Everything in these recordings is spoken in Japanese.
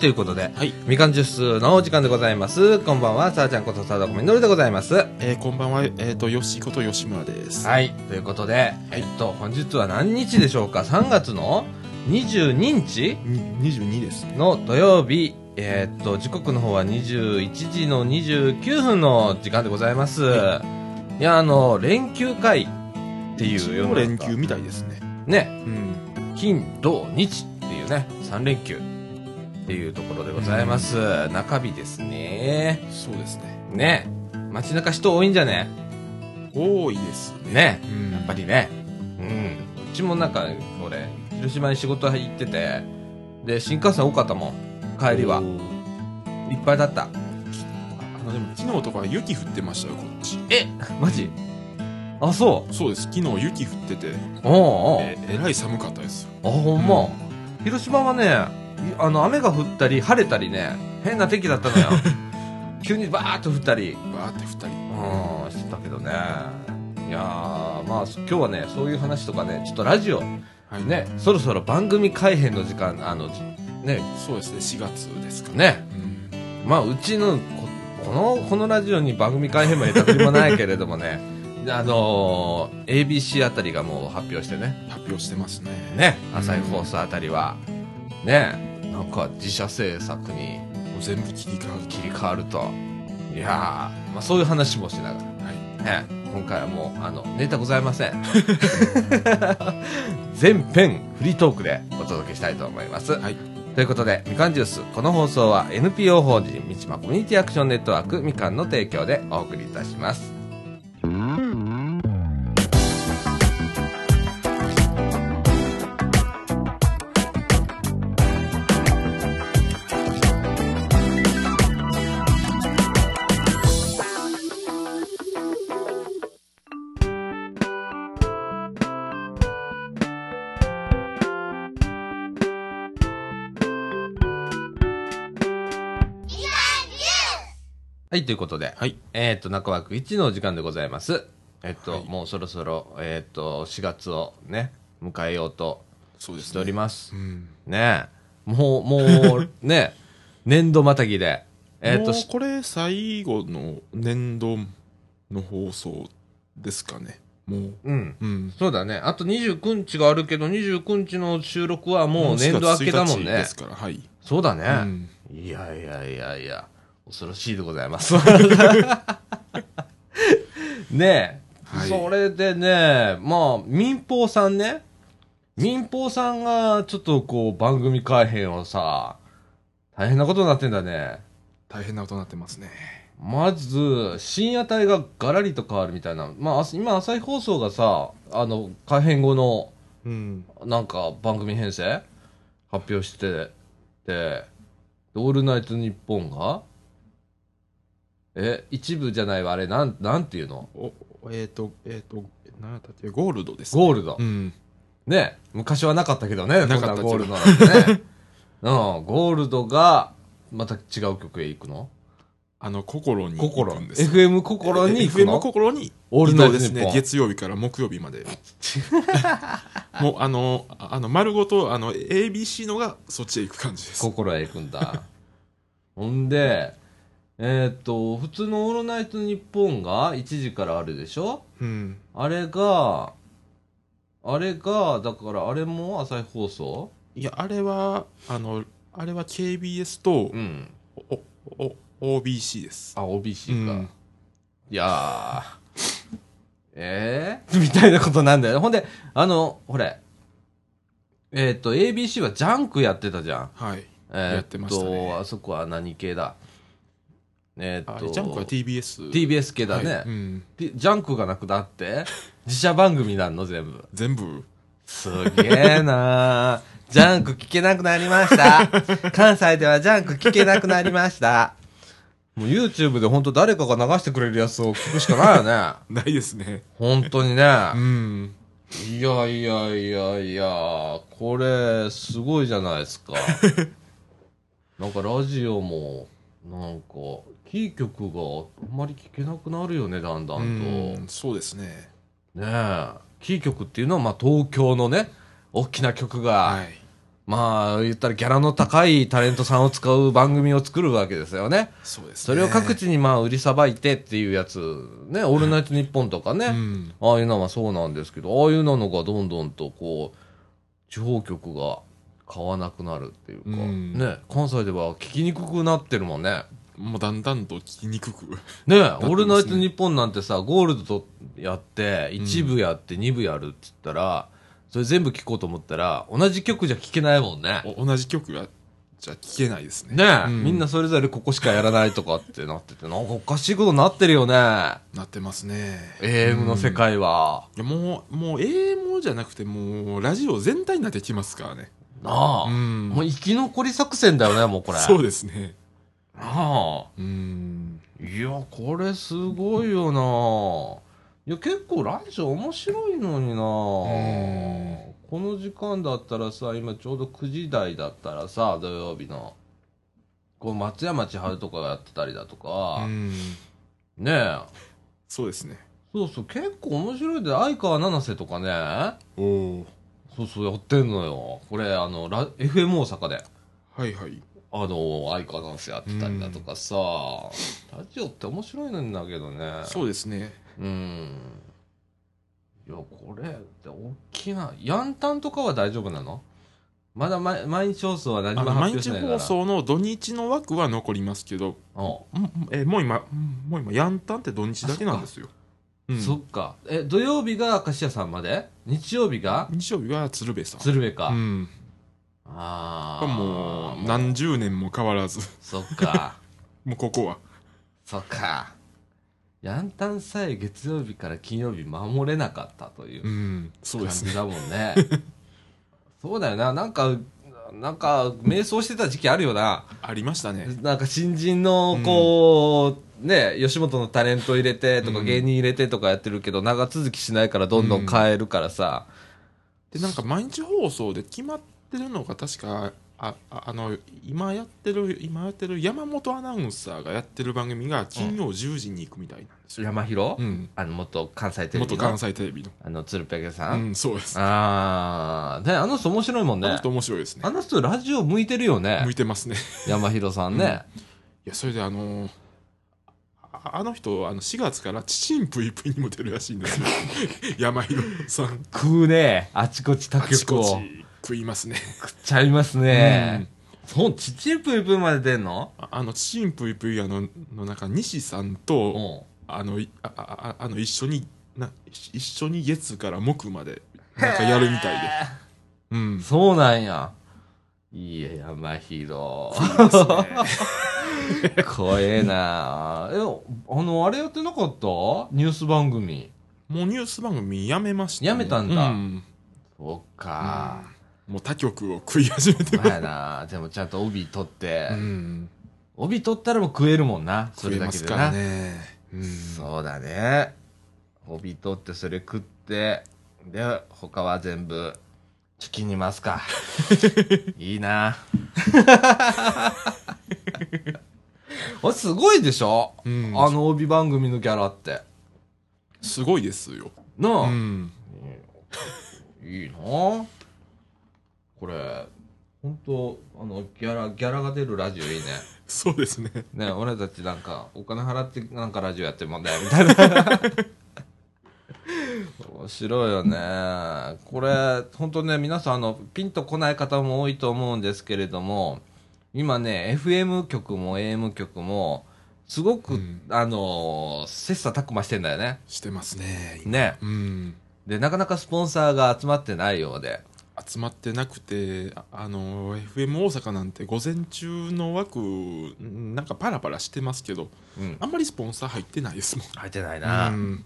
ということで、はいみかんジュースのお時間でございます。こんばんは、さあちゃんことさだこみのるでございます。えーこんばんは、えっ、と、よしこと吉村です。はい、ということで、えっと、本日は何日でしょうか ?3 月の22日に22です。の土曜日、えーっと、時刻の方は21時の29分の時間でございます。い、や、あの、連休会っていう一世応の中連休みたいですね。ね、うん。金、土、日っていうね、3連休っていうところでございます。中日ですね。そうですね。ね、街中人多いんじゃね多いです。ね、うん。やっぱりね。うん。うちもなんか、俺、広島に仕事行ってて、で、新幹線多かったもん。帰りはお。ーいっぱいだった。あの、でも昨日とか雪降ってましたよ、こっち。えマジあ、そそうです。昨日雪降ってて、う。おうおうええらい寒かったですよ。あ、ほんま。広島はね、いあの、雨が降ったり、晴れたりね、変な天気だった のよ。急にバーッと降ったり、バーって二人。うん、してたけどね。いやー、まあ、今日はね、そういう話とかね、ちょっとラジオ、はい。ね、そろそろ番組改編の時間、あの、じね、そうですね、4月ですかね。ね、うん。まあ、うちのこ、この、このラジオに番組改編もネタ振りもないけれどもね、 あのー ABC あたりがもう発表してね、発表してますね。ね、朝日放送あたりは、ね、なんか自社制作にもう全部切り替わると。切り替わると、いやー、まあそういう話もしながはい。ら、ね、今回はもう、あの、ネタございません。全編フリートークでお届けしたいと思います。はい。ということで、みかんジュース、この放送は NPO 法人三島コミュニティアクションネットワークみかんの提供でお送りいたします。はい、ということで、はい。えっ、と、中枠1のお時間でございます。えっ、と、はいもうそろそろ、えっ、と、4月をね、迎えようとそうでしすておね。りますう。ん。ねえ、もう、もう、 ね、年度またぎで、えっ、ともう、これ最後の年度の放送ですかね。もう。うん。うん。そうだね。あと29日があるけど、29日の収録はもう年度明けだもん4月1日ねで。すから、はい。そうだね。うんいやいやいやいや、恐ろしいでございます。 ねえ、はいそれでね、まあ、民放さんね、民放さんがちょっとこう、番組改編をさ、大変なことになってんだね。大変なことになってますね。まず、深夜帯がガラリと変わるみたいな。まああす、今、朝日放送がさ、あの、改編後の、うん。なんか、番組編成発表してて、でオールナイトニッポンがえ、一部じゃないわ、あれ、なん、なんていうのお、えっ、と、えっ、と、何やったっけ、ゴールドです、ゴールド。うん。ね、昔はなかったけどね、なかったこけんなどゴールドなんてね。 うん、ゴールドが、また違う曲へ行くのあの、心に。心。です FM 心に行く FM の心に。オールナイそうトでニすッねポ。ン。月曜日から木曜日 まで。もう、あの、ああの、丸ごと、あの、ABC のがそっちへ行く感じです。心へ行くんだ ほんでえーっと普通の「オールナイトニッポン」が1時からあるでしょうん。あれがあれがだからあれも朝日放送いや、あれは、あの、あれは KBS とう、んお、お、お OBC です。あ OBC か、うんいやーえ ー、みたいなことなんだよねほんであのほれえーっと ABC はジャンクやってたじゃんはい。えーやってましたねっとあそこは何系だえーあっれ、とジャンクは TBS。 TBS 系だね、はいうん。でジャンクがなくなって、自社番組なんの全部。全部。 すげえなージャンク聞けなくなりました。関西ではジャンク聞けなくなりました。もう YouTube で本当誰かが流してくれるやつを聞くしかないよね。ないですね。本当にねう。ん。いやいやいやいや、これ、すごいじゃないですか。なんかラジオも、なんか、キー曲があんまり聞けなくなるよね、だんだんと。うんそうですね。ねえキー局っていうのは、まあ、東京のね大きな曲が、はい。まあ言ったらギャラの高いタレントさんを使う番組を作るわけですよね。そうですねそれを各地にまあ売りさばいてっていうやつ、ね、オールナイトニッポンとかね、うんああいうのはそうなんですけど、ああいうのがどんどんとこう、地方局が買わなくなるっていうか、うんね、関西では聞きにくくなってるもんね。もうだんだんと聞きにくく ねオますねールナイトニッポンなんてさ、ゴールドとやって、1部やって2部やるって言ったら、それ全部聞こうと思ったら、同じ曲じゃ聞けないもんね。お同じ曲はじゃ聞けないですねねうんみんなそれぞれここしかやらないとかってなってて、なんかおかしいことになってるよね。なってますね AM の世界は。いやもうもう AM じゃなくてもうラジオ全体になってきますからねなあ、うんもう生き残り作戦だよね、もうこれ。そうですねなあ。うんいや、これすごいよな。いや、結構ラジオ面白いのにな。この時間だったらさ、今ちょうど9時台だったらさ、土曜日の。こう、松山千春とかがやってたりだとうか、んねえ。そうですねそうそう、結構面白いで、相川七瀬とかね、おおそうそう、やってんのよ。これ、あの、ラ FM 大阪で。はいはいあの、相川七瀬やってたりだとかさ、ラジオって面白いのにだけどね。そうですねうん。いや、これ、大きな、ヤンタンとかは大丈夫なのまだ毎毎日放送は何あもの発毎表し日ないから。放送の土日の枠は残りますけど、おうんえもう今うんもう今ヤンタンって土日だけなんですよ、うう、ん、そっか。え、土曜日が明石家さんまで日曜日が日曜日は鶴瓶さん鶴瓶か。うん、ああ。ももう何十年も変わらずそっか。もうここはそっか。ヤンタンさえ月曜日から金曜日守れなかったというう。んそう感ですねじだもんね そうだよななんかなんか迷走してた時期あるよなありましたねなんか新人のこう、ね吉本のタレント入れてとかうん芸人入れてとかやってるけど長続きしないからどんどん変えるからさ、でなんか毎日放送で決まってるのが確かあああの今やってる今やってる山本アナウンサーがやってる番組が金曜10時に行くみたいなんですよ、山広、うん、あの元関西テレビ元の関西テレビのあの鶴瓶さ、うんんそうですああであの人面白いもんあのね人面白いですあねの人ラジオ向いてるよね向いてますね 山広さんね、いやそれであのーああの人あの4月から「チチンプイプイ」にも出るらしいんですよ 山広さん食うねあちこち他あち局こをち食いますね食っちゃいますね、そうちっちゃいプイプイまで出んのああの「チチンプイプイ」あのの中西さんうと、んあのいああああの一緒にな一緒に月から木までなんかやるみたいで、うん、そうなんやいや山広ですね 怖えなえあのあれやってなかったニュース番組もうニュース番組やめました、ね、やめたんだうんそっか、もう他局を食い始めてまあなでもちゃんと帯取って、うん帯取ったらもう食えるもんなそ食れえだまけすでからな、ね、うん、そうだね帯取ってそれ食ってで他は全部チキンにます かいいなあすごいでしょ、うんあの帯番組のギャラってすごいですよ、なあ、うん、いいなこれ本当あのギャラギャラが出るラジオいいねそうですねね俺たちなんかお金払ってなんかラジオやってるもんだよみたい な面白いよねこれ本当ね皆さんあのピンとこない方も多いと思うんですけれども今ね FM 局も AM 局もすごく、うんあの切磋琢磨してんだよねしてますねねうんでなかなかスポンサーが集まってないようで集まってなくてああの FM 大阪なんて午前中の枠うんなんかパラパラしてますけどうんあんまりスポンサー入ってないですもん入ってないな、うん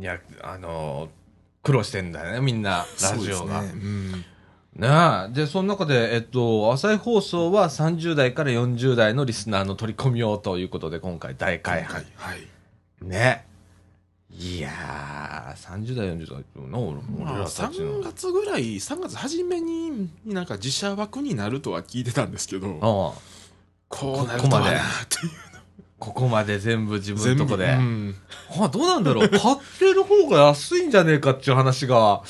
いやあの苦労してんだよねみんなラジオがそうですねうんねえ。で、その中で、えっと、朝日放送は30代から40代のリスナーの取り込みをということで、今回大はい開は発い。はいね。いやー、30代、40代っていうの俺まらあたち3の。月ぐらい3月初めになんか自社枠になるとは聞いてたんですけどああこうなるとはなっていうここまで全部自分のとこで。うんあ、どうなん だろう。買ってる方が安いんじゃねえかっていう話が、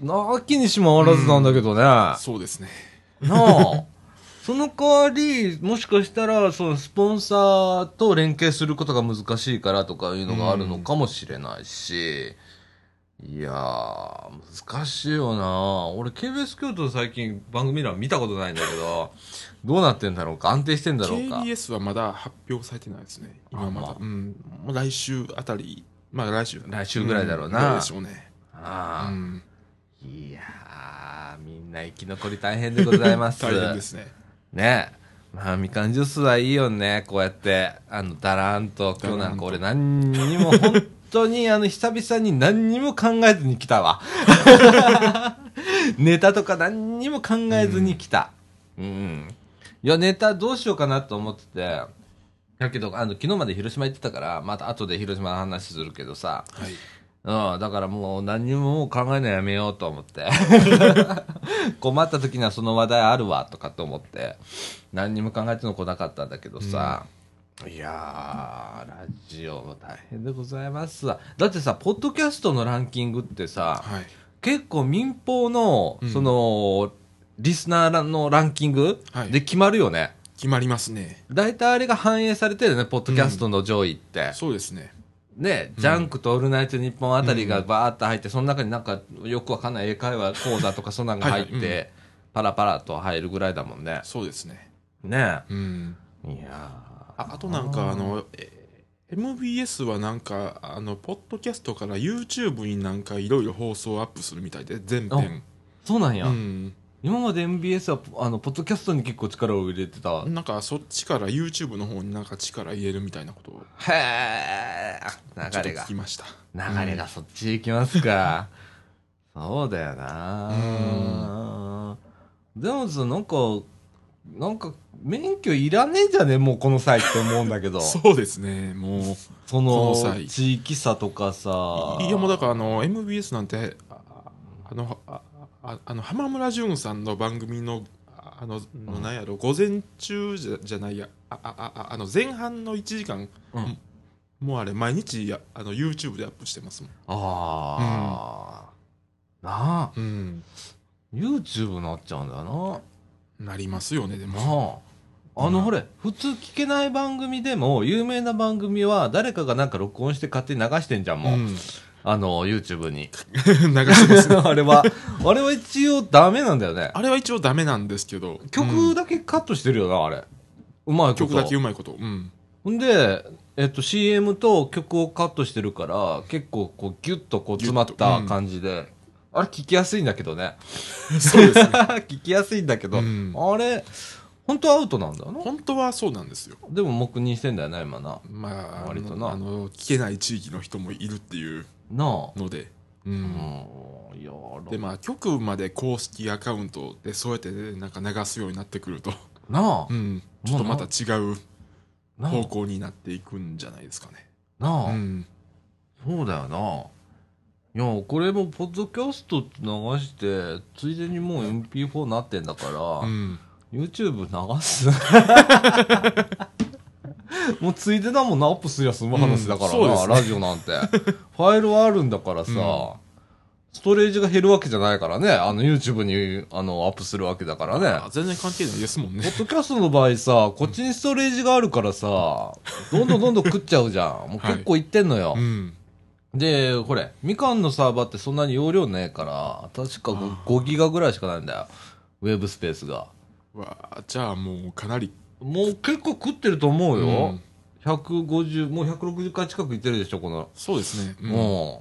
なきにしもあらずなんだけどね。そうですねな あその代わりもしかしたらそのスポンサーと連携することが難しいからとかいうのがあるのかもしれないし、いやー難しいよな俺 KBS 京都の最近番組欄見たことないんだけどどうなってんだろうか安定してんだろうか KBS はまだ発表されてないですね今まあまあだ、うん、もう来週あたりまあ来週来週ぐらいだろうなうんでしょうね、うああ、ん、いやーみんな生き残り大変でございます 大変ですねねまあみかんジュースはいいよねこうやってあのだらんと今日なんか俺何にも本当にあの久々に何にも考えずに来たわネタとか何にも考えずに来たうん、いやネタどうしようかなと思っててだけどあの昨日まで広島行ってたからまた後で広島の話するけどさはいうん、だからもう何にももう考えないやめようと思 って。困った時にはその話題あるわとかと思って、何にも考えての来なかったんだけどさ、いやー、ラジオも大変でございますわだってさ、ポッドキャストのランキングってさ、はい結構民放のう、んその、リスナーのランキングはいで決まるよね。決まりますね大体あれが反映されてるよね、ポッドキャストの上位って。そうですねね、ジャンクとオールナイトニッポンあたりがバーッと入って、その中になんかよくわかんない英会話講座とかそんなんが入って、はいはいパラパラと入るぐらいだもんね。そうですねねうんえ。いやああとなんかあのえ MBS はなんかあのポッドキャストから YouTube になんかいろいろ放送アップするみたいで全編そうなんや。うん今まで MBS はあのポッドキャストに結構力を入れてた。へなんかそっちから YouTube の方になんか力入れるみたいなことをえ。ちょ流っとれ聞がき。ました流れがそっち行きます か。そうだよな。でもさ、なんか、なんか免許いらねえじゃねもうこの際って思うんだ けど。そうですねもうそのこの際地域差とかさいやもうだからあの MBS なんてああのあああの浜村淳さんの番組のああののなんやろ午前中じゃじゃないやあああああの前半の1時間、うんもうあれ毎日やあの YouTube でアップしてますもん、ああ、なあうん、 YouTube になっちゃうんだよなりますよねでなも、なああの、うんほれ普通聞けない番組でも有名な番組は誰かがなんか録音して勝手に流してんじゃんもう、うん 流あの YouTube に してますあれはあれは一応ダメなんだよねあれは一応ダメなんですけどう曲んだけカットしてるよなあれうまいこと曲だけうまいことうんほんで、えっと、CM と曲をカットしてるから結構こうギュッとこう詰まっギュッたとうん感じで、あれ聞きやすいんだけどねそうですね 聞きやすいんだけど、うんあれ本当アウトなんだよな本当はそうなんですよでも黙認してんだよな今なまあ割となあの聞けない地域の人もいるっていうなあので、ううんんいやでまあ局まで公式アカウントでそうやってねなんか流すようになってくると、なあうん、ちょっとまた違うなあ方向になっていくんじゃないですかね。なあ、うん、そうだよないやこれもポッドキャストって流してついでにもう MP4 なってんだから、うん、 YouTube 流す もうついでだもんなアップすりゃ済む話だからな、うんそうですねラジオなんてファイルはあるんだからさ、うんストレージが減るわけじゃないからねあの YouTube にあのアップするわけだからあね全然関係ないですもんポね。ッドキャストの場合さこっちにストレージがあるからさどんどんどんどん食っちゃうじゃんもう結構いってんのよ、うん、でこれみかんのサーバーってそんなに容量ねえから確かあ 5, ギガぐらいしかないんだよウェブスペースがわあじゃあもうかなりもう結構食ってると思うよ、うん150もう160回近くいってるでしょこの、そうですね。うんうん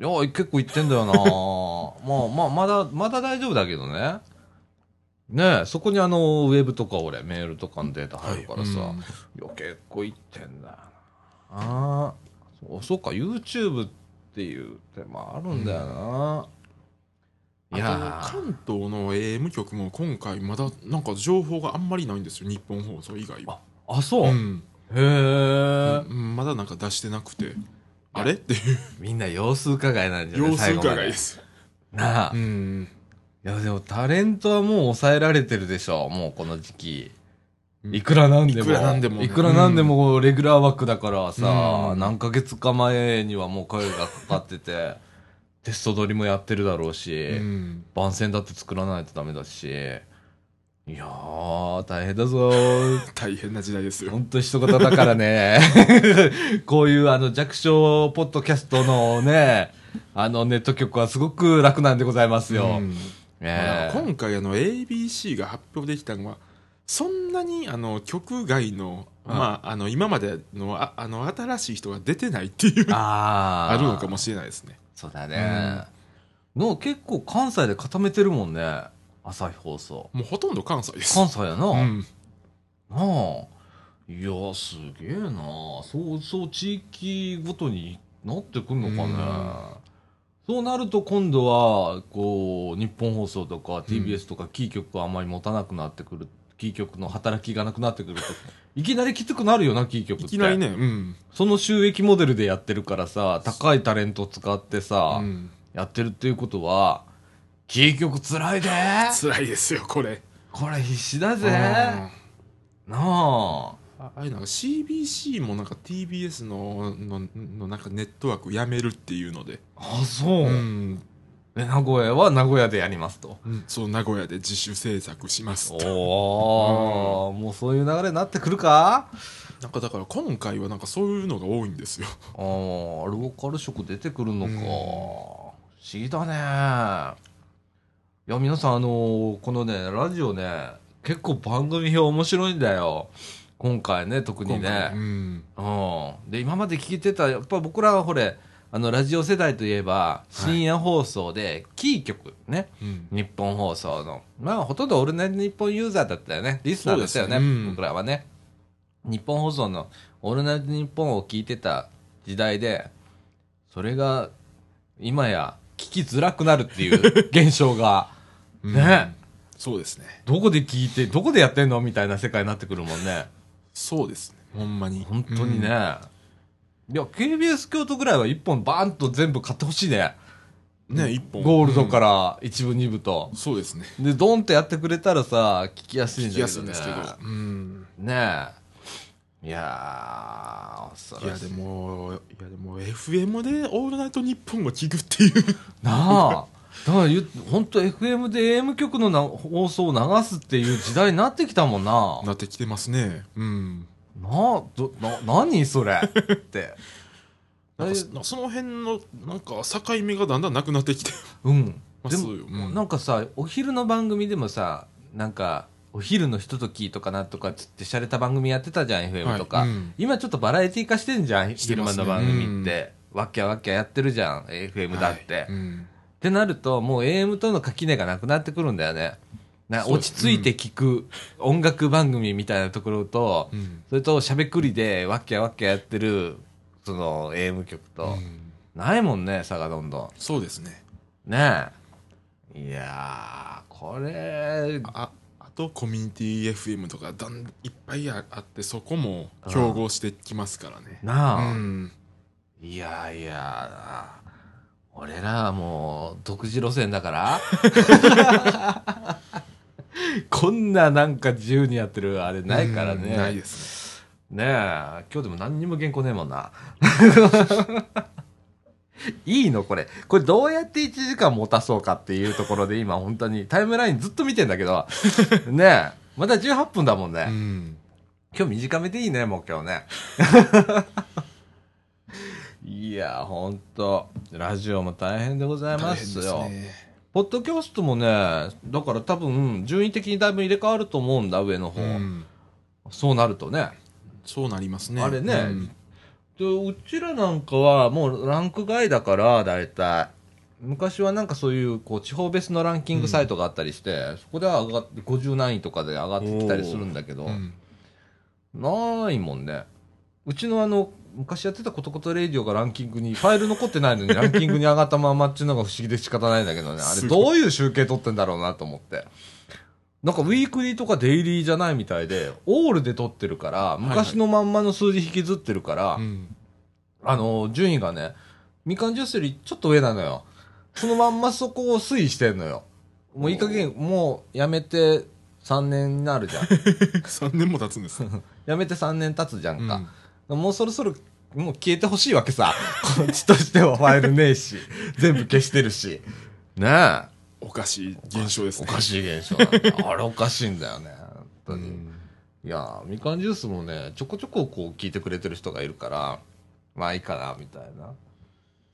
いや結構いってんだ よなまあまあまだまだ大丈夫だけどねねえそこにあのウェブとか俺メールとかのデータ入るからさ、はいいや結構いってんだよなあーそうそうか YouTube っていう手もあるんだよな、うんいやあとー関東の AM 局も今回まだなんか情報があんまりないんですよ日本放送以外は、あそう、うへんえ、うんまだなんか出してなくてあれっていうみんな様子伺いなんじゃない様子最後ま伺いでです、なあ、うん、いや、でもタレントはもう抑えられてるでしょ、もうこの時期。うんいくらなんでも。いくらなんでもいくらなんでもレギュラー枠だからさ、うん何ヶ月か前にはもう声がかかってて、 テスト撮りもやってるだろうし、うん番宣だって作らないとダメだし、いやー、大変だぞー。 大変な時代ですよほんと一言だからね。 こういうあの弱小ポッドキャストのね、あのネット局はすごく楽なんでございますよ。うんねえ今回あの ABC が発表できたのはそんなにあの局外の,、うんまあ、あの今までのああの新しい人が出てないっていうああーるのかもしれないですねそうだね。の結構関西で固めてるもんね。朝日放送。もうほとんど関西です関西やな。うん、なあ。いや、すげえな。そうそう、地域ごとになってくんのかね。そうなると今度は、こう、日本放送とか TBS とかキー局はあんまり持たなくなってくる。キー局の働きがなくなって くると。いきなりきつくなるよな、キー局っいて。きなりねうん、その収益モデルでやってるからさ、高いタレント使ってさ、うん、やってるっていうことは、キー局辛いで辛いですよこれこれ必死だぜうんなあ。ああれなんか CBC もなんか TBS のののなんかネットワークやめるっていうので、あ、そう。うんで名古屋は名古屋でやりますと。そう名古屋で自主制作しますっておー、もうそういう流れになってくるかなんかだから今回はなんかそういうのが多いんですよ あー、ローカル色出てくるのか。うん不思議だね。いや、皆さん、あのーこのね、ラジオね、結構番組表面白いんだよ。今回ね、特に今回ねう。んうん、で今まで聞いてたやっぱ僕らはほれあのラジオ世代といえば深夜放送でキー局ね、うん日本放送のまあほとんどオールナイトニッポンユーザーだったよねリスナーだったよねそうですねうん僕らはね日本放送のオールナイトニッポンを聞いてた時代でそれが今や聞きづらくなる っていう現象がうんねそうですねどこで聞いてどこでやってんのみたいな世界になってくるもんねそうですねほんまに本当にね、、いや KBS 京都ぐらいは1本バーンと全部買ってほしいねうんね一本、ゴールドからら1部2部とうん、そうですねでドンってやってくれたらさ聞きやすいんだ聞きけやすどいんねですけど、うんねえいやー恐いろやしいでもいやでも FM で「オールナイトニッポン」を聞くっていうなあだから言う本当 FM で AM 局のな放送を流すっていう時代になってきたもん ななってきてますねうんなあどな何それって なんかそその辺のなんか境目がだんだんなくなってきてうんまですもよ、うんなんかさお昼の番組でもさなんかお昼のひとときとかなんとかっつってしゃれた番組やってたじゃん FM とか、はいうん今ちょっとバラエティ化してんじゃん、して昼間ますねの番組って、わっきゃわっきゃやってるじゃん FM だって、はいっうんてなるともう AM との垣根がなくなってくるんだよねなそう落ですち着いて聞く音楽番組みたいなところと、うんそれとしゃべくりでわっきゃわっきゃやってるその AM 曲と、うんないもんね差がどんどんそうですねねえいやーこれああとコミュニティ FM とかだんいっぱいああってそこも競合してきますからねなあ、うんいやいや俺らはもう独自路線だから こんななんか自由にやってるあれないからね、うんないですねねえ今日でも何にも原稿ねえもん ないいのこれこれどうやって1時間持たそうかっていうところで今本当にタイムラインずっと見てんだけ どねえまだ18分だもんね、うん今日短めでいいね、もう今日ね。いや、ほんと、ラジオも大変でございま大変ですすよ。ねポッドキャストもね、だから多分、順位的にだいぶ入れ替わると思うんだ、上の方。うんそうなるとね。そうなりますねあれねうんで、うちらなんかはもうランク外だから、だいたい。昔はなんかそういう、こう、地方別のランキングサイトがあったりして、そこでは上がって、50何位とかで上がってきたりするんだけど、うんないもんね。うちのあの、昔やってたことことレイディオがランキングに、ファイル残ってないの にランキングに上がったままっていうのが不思議で仕方ないんだけどね。あれすどごういう集計取ってんだろうなと思って。なんかウィークリーとかデイリーじゃないみたいで、オールで取ってるから、いはい昔のまんまの数字引きずってるから、 うんあの、順位がね、みかんジュースよりちょっと上なのよ。そのまんまそこを推移してんのよ。もういい加減、もうやめて3年になるじ ゃん。 3年も経つんですねやめて3年経つじゃんか。うんもうそろそろ、もう消えてほしいわけさ。こっちとしてはファイルねえし、全部消してるし。ねえ。おかしい現象ですおねかしい現象なんだよあれおかしいんだよね本当に、うんいやみかんジュースもねちょこちょここう聞いてくれてる人がいるからまあいいかなみたいな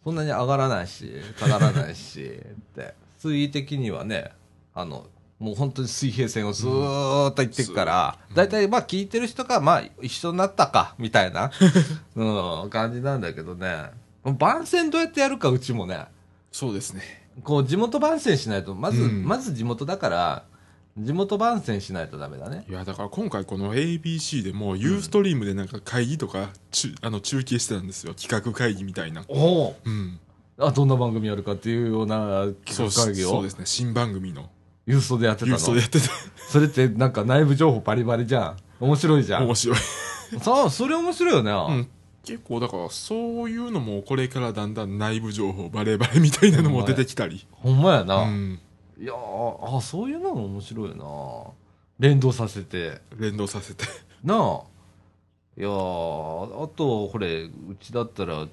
そんなに上がらないし下がらない しって水位的にはねあのもう本当に水平線をずーっと行ってくから、大体まあ聞いてる人がまあ一緒になったかみたい な、うん、感じなんだけどね番宣どうやってやるかうちもねそうですねこう地元番宣しないとまず、うんまず地元だから地元番宣しないとダメだねいやだから今回この ABC でもユーストリームでなんか会議とかちゅあの中継してたんですよ企画会議みたいな、おおうん、あどんな番組やるかっていうようなそ企う画会議そうをですね新番組の郵送でやってたユーのストでやっててそれってなんか内部情報バリバリじゃん面白いじゃん面白い、そうそれ面白いよね、うん、結構だからそういうのもこれからだんだん内部情報バレバレみたいなのも出てきたり、ほんまやうな、ん、いやーあそういうのも面白いよな連動させて連動さ せてなあいやーあとこれうちだったら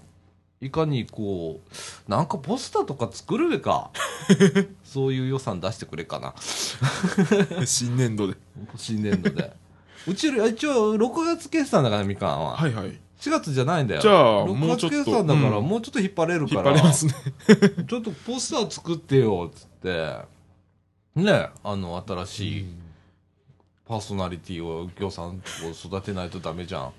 いかにこうなんかポスターとか作るべか そういう予算出してくれかな新年度で新年度で うちよりあ一応6月決算だからみかんは、はいはい4月じゃないんだよじゃあ6もうちょっと月決算だから、うんもうちょっと引っ張れる引かっ張られますねちょっとポスター作ってよっつってねあの新しいパーソナリティを右京さんを育てないとダメじゃん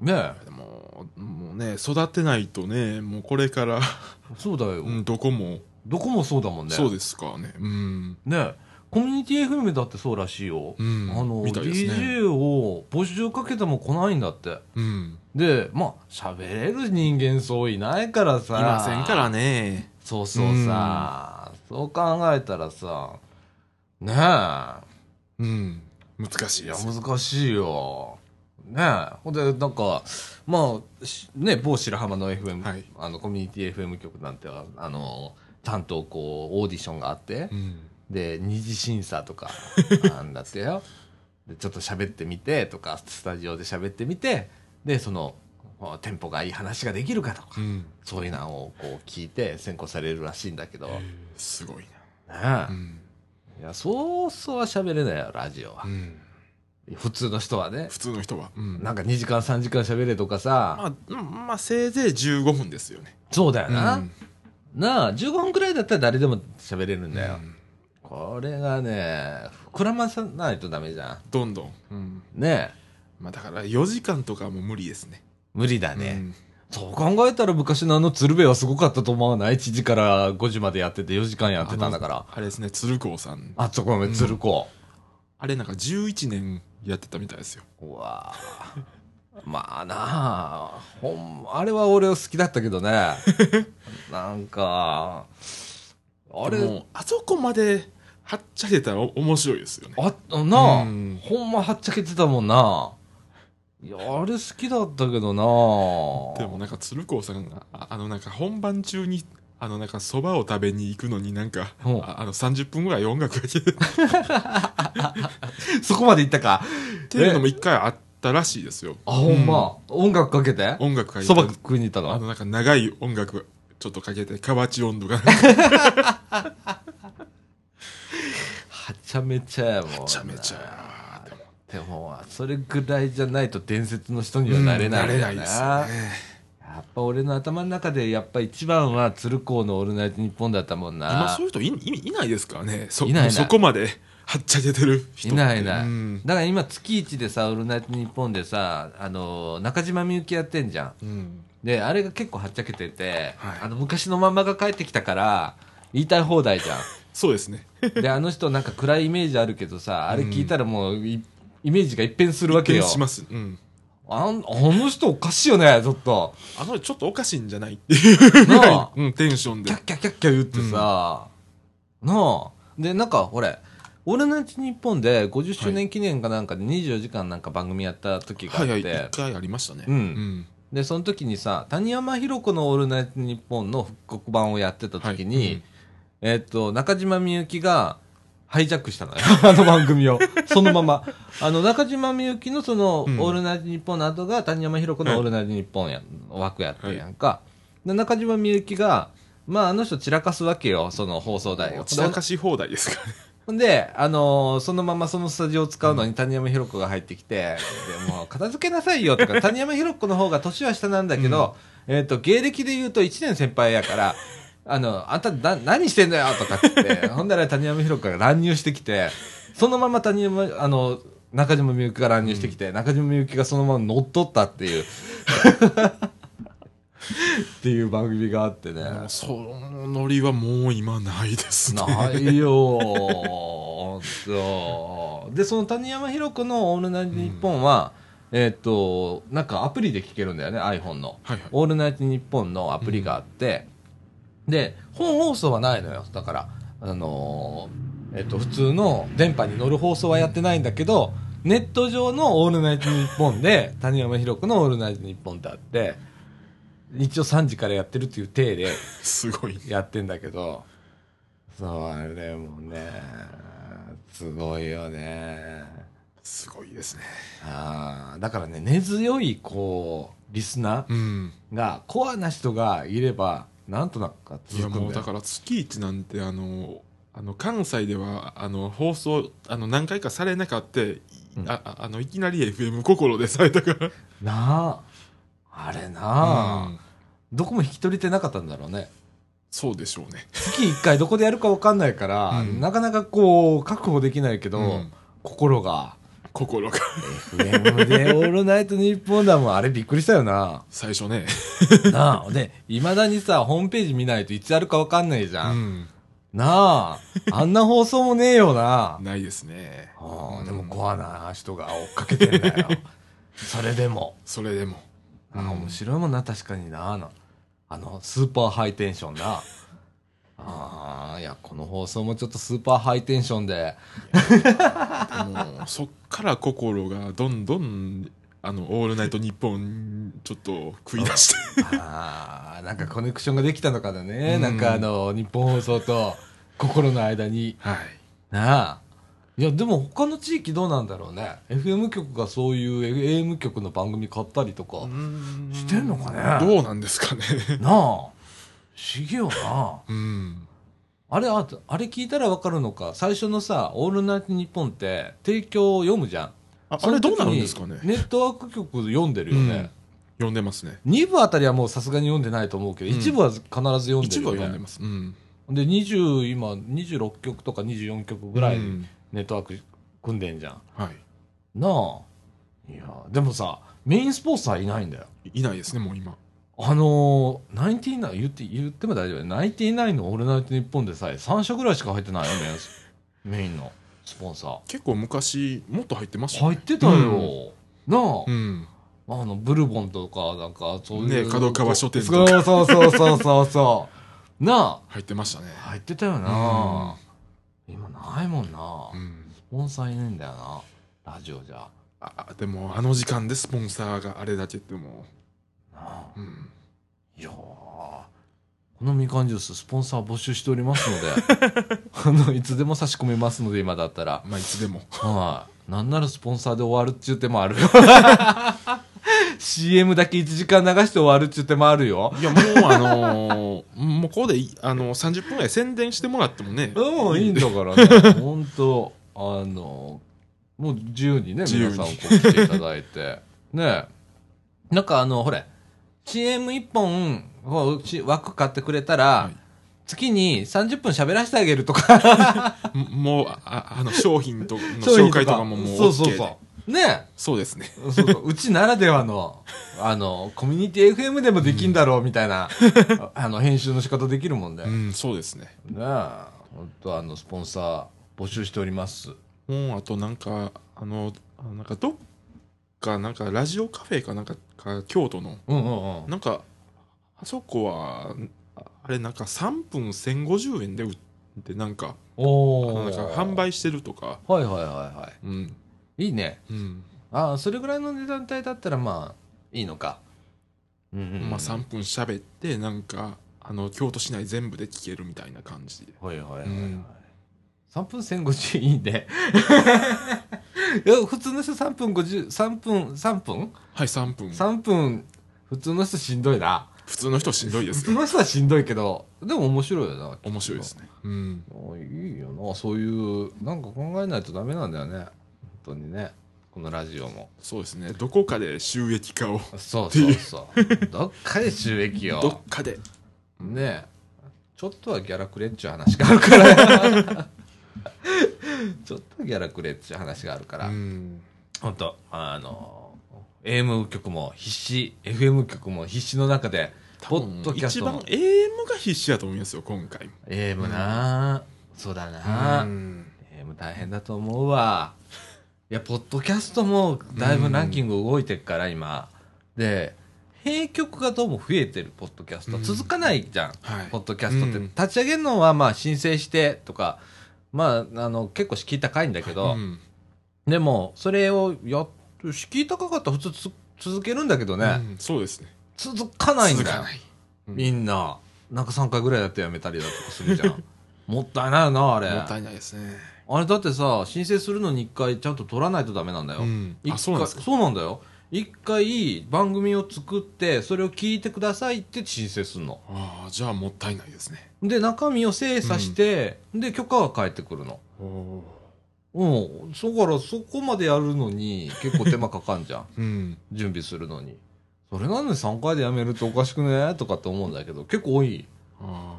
ねえでももうね育てないとねもうこれから、そうだよ、うん、どこもどこもそうだもんねそうですからねうん、ねコミュニティ FM だってそうらしいよ、うん、あのみたいですね、 DJ を募集をかけても来ないんだってうん、でまあ喋れる人間そういないからいさませんからねそうそうさ、そう考えたらさねえうん難しいいでやす難しいよねえほんでなんかまあしね某白浜の FM、はいあのコミュニティ FM 局なんてはあのちゃんとこうオーディションがあってう、んで二次審査とかなんだってよでちょっと喋ってみてとかスタジオで喋ってみてでそのあテンポがいい話ができるかとか、うんそういうのをこう聞いて選考されるらしいんだけど、ねすごいえなうん、いやそうそうは喋れないよラジオはう、ん、普通の人はね普通の人は、うん、なんか2時間3時間喋れとかさ、まあ、うんまあ、せいぜい15分ですよね。そうだよな、うんなあ15分くらいだったら誰でも喋れるんだよ、うんこれがね膨らまさないとダメじゃどんどん、うんんねえまあ、だから4時間とかはもう無理ですね。無理だね、うんそう考えたら昔のあの鶴瓶はすごかったと思わない ?1 時から5時までやってて4時間やってたんだからあ。のあれですね、鶴光さん。あそこめ、鶴子。あれなんか11年やってたみたいですよ。うわぁ。まあなあ、ほん、あれは俺は好きだったけど ね。なんか、ああれれ、も、あそこまではっちゃけたらお面白いですよね。あなあ、うんほんまはっちゃけてたもんな。いや、あれ好きだったけどなでもなんか鶴光さんが、ああのなんか本番中に、あのなんかそばを食べに行くのになんか、うんああの30分ぐらい音楽が 消えてっそこまでいったか。ていうのも一回あったらしいですよ。あ、ほんま。音楽かけて音楽がそば食いに行ったのあのなんか長い音楽ちょっとかけて河内音頭がはちゃめちゃやもんなめちゃめちゃでもでもそれぐらいじゃないと伝説の人にはなれないだうんなれよないですよねやっぱ俺の頭の中でやっぱ一番は鶴光の「オールナイトニッポン」だったもんな今そういう人いいいないですからねそいないいないそこまで はっちゃけてる人いってないいない、うんだから今月一でさ「オールナイトニッポン」でさあの中島みゆきやってんじゃんうんであれが結構はっちゃけてて、はいあの昔のまんまが帰ってきたから言いたい放題 じゃんそうですねであの人なんか暗いイメージあるけどさあれ聞いたらもういイメージが一変するわけよ 一見します、うん、あんあの人おかしいよねちょっ とあのちょっとおかしいんじゃないっていうぐらないあ、うん、テンションでキャッキャッキャッキャ言ってさ、なあでなんかほれ「オールナイトニッポン」で50周年記念かなんかで24時間なんか番組やった時があはっいて、はい一回ありましたねうんでその時にさ谷山浩子の「オールナイトニッポン」の復刻版をやってた時に、はいうんえっと中島みゆきがハイジャックした のよあの番組を そのままあの中島みゆきのその「オうんールナイトニッポン」の後が谷山浩子の「オールナイトニッポンや」枠やってるやんか、で中島みゆきがまああの人散らかすわけよその放送台を散らかし放題ですからねほんで、あのーそのままそのスタジオを使うのに谷山ひろ子が入ってきて、でもう片付けなさいよとか、谷山ひろ子の方が年は下なんだけど、えっ、と、芸歴で言うと1年先輩やから、あの、あんたな何してんだよとかっつって、ほんだら谷山ひろ子が乱入してきて、そのまま谷山、あの、中島みゆきが乱入してきて、中島みゆきがそのまま乗っ取ったっていう。 っていう番組があってね。もうそのノリはもう今ないですねないよーそうでその谷山ひろ子の「オールナイトニッポンは」えーっとなんかアプリで聴けるんだよね iPhone のはいはい「オールナイトニッポン」のアプリがあって、で本放送はないのよだからあのーえっと普通の電波に乗る放送はやってないんだけどネット上の「オールナイトニッポン」で谷山ひろ子の「オールナイトニッポン」ってあって一応3時からやってるっていう体ですごいやってんだけどそうあれもねすごいよねすごいですねあーだからね根強いこうリスナうんーがコアな人がいればなんとなくかいや続くもんうだだよから月一なんてあのあの関西ではあの放送あの何回かされなかった、いうんあああのいきなり FM 心でされたからなああれなあ、うんどこも引き取りてなかったんだろうねそうでしょうね月1回どこでやるか分かんないから、うんなかなかこう確保できないけど、うん心が心が FM で「オールナイトニッポン」だもんあれびっくりしたよな最初ねなあ。で、未だにさ、ホームページ見ないといつやるかわかんないじうゃん。んなあ。あんな放送もねえよな。ないですねあうあんでもコアな人が追っかけてんだよ。 それでも。それでもああ面白いもんな、確かにな。あの、あのスーパーハイテンションな。ああ、いや、この放送もちょっとスーパーハイテンションで。でもそっから心がどんどんあのオールナイトニッポンちょっと食い 出してああ、なんかコネクションができたのかだね。うんなんかあの、日本放送と心の間に。はいなあいやでも他の地域どうなんだろうね FM 局がそういう AM 局の番組買ったりとかしてんのかねどうなんですかねなあ不思議よなうんあれああれ聞いたらわかるのか最初のさ「オールナイトニッポン」って提供を読むじゃんああそのれ時にどうなるんですかねネットワーク局読んでるよね、読んでますね2部あたりはもうさすがに読んでないと思うけど、うん一部は必ず読んで一る部よはね読んでますうんで20今26曲とか24曲ぐらいうんネットワーク組んでんじゃん、はなあいやでもさメインスポンサーいないんだよいいないですねもう今あのー、ナインティナイン言って言っても大丈夫ナインティナインの「オールナイトニッポン」でさえ3社ぐらいしか入ってないよメインスメインのスポンサ結構昔もっと入ってましーたよ入っねてたよ、なあう、んあのブルボンとかなんかそういうね角川書店とそうかそうそうそうそうそうな入ってましたねあ入ってたよな、今ないもんな、うんスポンサーいねえんだよなラジオじゃなあでもあの時間でスポンサーがあれだけってもあううんいやーこのみかんジューススポンサー募集しておりますので あのいつでも差し込めますので今だったらまあいつで もはいなんならスポンサーで終わるっちゅう手もある CM だけ1時間流して終わるっちゅう手もあるよいやもうあのー もうここでいあのー30分ぐらい宣伝してもらってもねうんいいんだから ね本当あのもう自由にね自由皆にさんこう来ていただいてねえなんかあのほれ CM1 本こうし枠買ってくれたら、い月に30分喋らせてあげるとかももうああの商品との紹介と かももう OK そうそうでそうねそうですねえそうそううちならではのあのコミュニティ FM でもできんだろうみたい な、あの編集の仕方できるもんで、うねんそうですねえ本当あのスポンサー募集しておりますもうあとなんかあのあなんかどっかなんかラジオカフェかなんかか京都のうんうんうんなんかあそこはああれなんか3分1050円で売ってなんかあおのおなんか販売してるとかはいはいはいはうんいいいねうんああそれぐらいの値段帯だったらまあいいのかうんうんうんまあ3分喋ってなんかあの京都市内全部で聞けるみたいな感じではいはいはい、はういん3分1050いいねいや普通の人3分503分3分はい3分3分普通の人しんどいな普通の人しんどいで普す通 よの人はしんどいけどでも面白いよなきっと面白いですねうんあいいよなそういうなんか考えないとダメなんだよね本当にねこのラジオもそうですねどこかで収益化をそうそうそうどっかで収益どっをかでねえちょっとはギャラくれっちゅう話があるから ちょっとはギャラくれっちゅう話があるから、うん本当あの AM 局も必死 FM 局も必死の中でポ多ッ分ドキャス一ト番も AM が必死だと思いますよ今回 AM なあ、そうだなあ、うんえーもう大変だと思うわ。いや、ポッドキャストもだいぶランキング動いてるから、今。で、閉局がどうも増えてる、ポッドキャスト。うん続かないじゃん、はいポッドキャストって。うん立ち上げるのは、まあ、申請してとか、まあ、あの、結構敷居高いんだけど、うんでも、それをやっ敷居高かったら普通つ続けるんだけどね、うんそうですね続かないん続だよか。ないうんみんな、なんか3回ぐらいやってやめたりだとかするじゃ ん。もったいないよな、あれ。もったいないですねあれだってさ、申請するのに一回ちゃんと取らないとダメなんだよ。うん一回あそうなんですかそうなんだよ。一回番組を作って、それを聞いてくださいって申請するの。ああじゃあもったいないですねで、中身を精査して、で、許可が返ってくるの。うん。そこから、そこまでやるのに、結構手間かかんじゃん。 うん準備するのに。それなのに3回でやめるっておかしくねとかって思うんだけど、結構多い。あ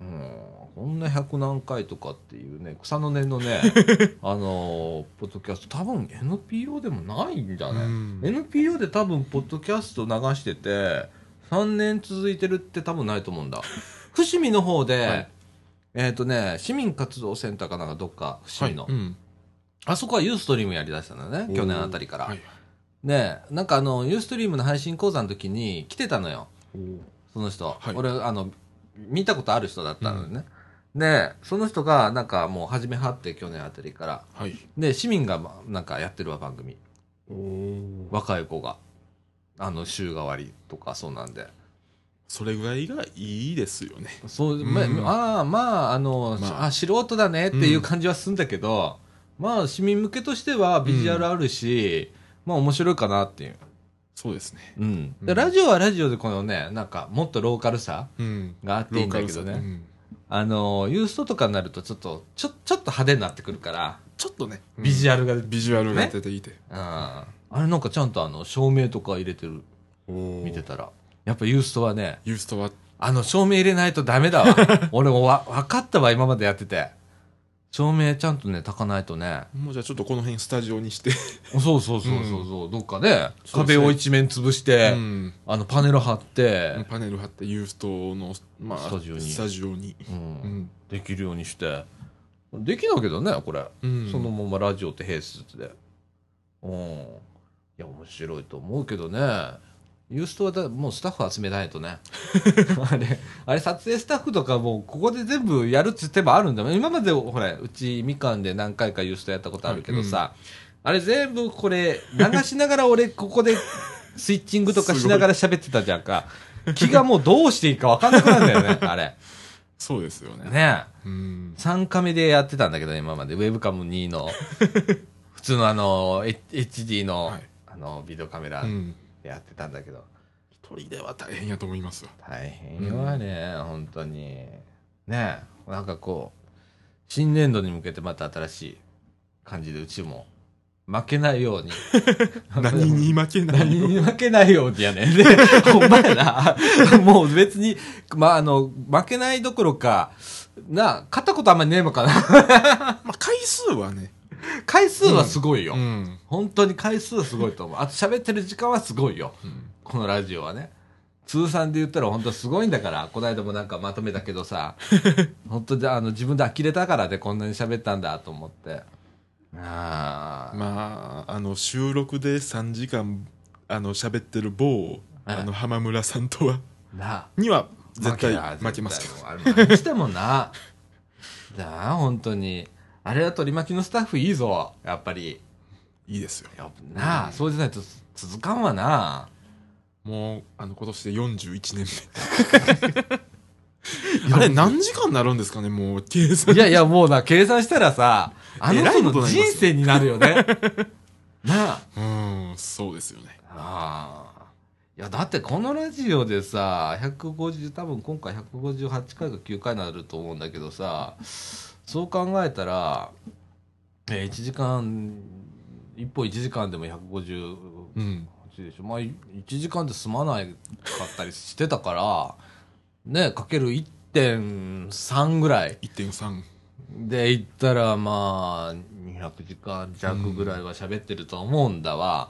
うんこんな百何回とかっていうね草の根のね あのーポッドキャスト多分 NPO でもないんだあね、うん NPO で多分ポッドキャスト流してて3年続いてるって多分ないと思うん だ伏見の方で、はいえっ、とね市民活動センターかなんかどっか伏見の、はいうんあそこはユーストリームやりだしたんだね去年あたりから、はいねなんかあのユーストリームの配信講座の時に来てたのよその人、はい俺あの見たことある人だったのね、でその人がなんかもう始めはって去年あたりからはいで市民がまなんかやってるわ番組若い子があの週替わりとかそうなんでそれぐらいがいいですよねそう、んまああまああの、まああ素人だねっていう感じはするんだけど、まあ市民向けとしてはビジュアルあるし、まあ面白いかなっていう、そうですねうん、でうんラジオはラジオでこのねなんかもっとローカルさうんがあっていいんだけどローカルさねうんあのユーストとかになるとちょっとちょちょっと派手になってくるからちょっとねビジュアルが、うんビジュアルが出ていてあれなんかちゃんとあの照明とか入れてる見見てたらやっぱユーストはねユーストはあの照明入れないとダメだ わ俺もわ分かったわ今までやってて照明ちゃんとね炊かないとねもうじゃあちょっとこの辺スタジオにしてそうそうそうそうそう、どっかでそうで壁すねを一面潰して、うんあのパネル貼って、パネル貼ってユーストのまあスタジオにスタジオにうんうんできるようにしてできないけどねこれうんそのままラジオって併設で。うん。いや、面白いと思うけどね。ユーストはだもうスタッフ集めないとね。 あれ、あれ撮影スタッフとかもうここで全部やるっつってもあるんだもん。今までほら、うちみかんで何回かユーストやったことあるけどさ、あれ全部これ流しながら俺ここでスイッチングとかしながら喋ってたじゃんか。気がもうどうしていいか分かんなくなるんだよね、あれ。そうですよねねえ。うん3カメでやってたんだけど、今まで。ウェブカム2の、 普通のあの、H- HD の、はいあの、ビデオカメラうんでやってたんだけど、一人では大変やと思いますよ大変よあれ、本当に。ねえ、なんかこう、新年度に向けてまた新しい感じで、うちも、負けないように。 何に負けない 何よに負けないようにやねん。で、ほんまやな。 もう別に、まあ、あの、負けないどころか、な、勝ったことあんまりねえのかな。まあ回数はね回数はすごいよ。うん本当に回数はすごいと思う。あと喋ってる時間はすごいよ。このラジオはね。通算で言ったら本当すごいんだから、この間もなんかまとめたけど さ、本当であの自分で呆れたからでこんなに喋ったんだと思って。ああ、まああの収録で3時間あの喋ってる某はいあの浜村さんとはなあ。には絶対だ負けますけど。絶対あれしたもんな。なあ、本当に。あれは取り巻きのスタッフいいぞ、やっぱり。いいですよやっぱなあ、そうじゃないと続かんわな。もうあの今年で41年 目あれ何時間になるんですかねもう計算いやいや、もうな、計算したらさ、あのえら子いことにのなります人生 よになるよね。なあ。うんそうですよねああ。いやだってこのラジオでさ150多分今回158回か9回になると思うんだけどさそう考えたら、え1時間一歩1時間でも150うんでしょまあ1時間で済まないかったりしてたからねかける1.3ぐらい1.3で言ったらまあ200時間弱ぐらいは喋ってると思うんだわ、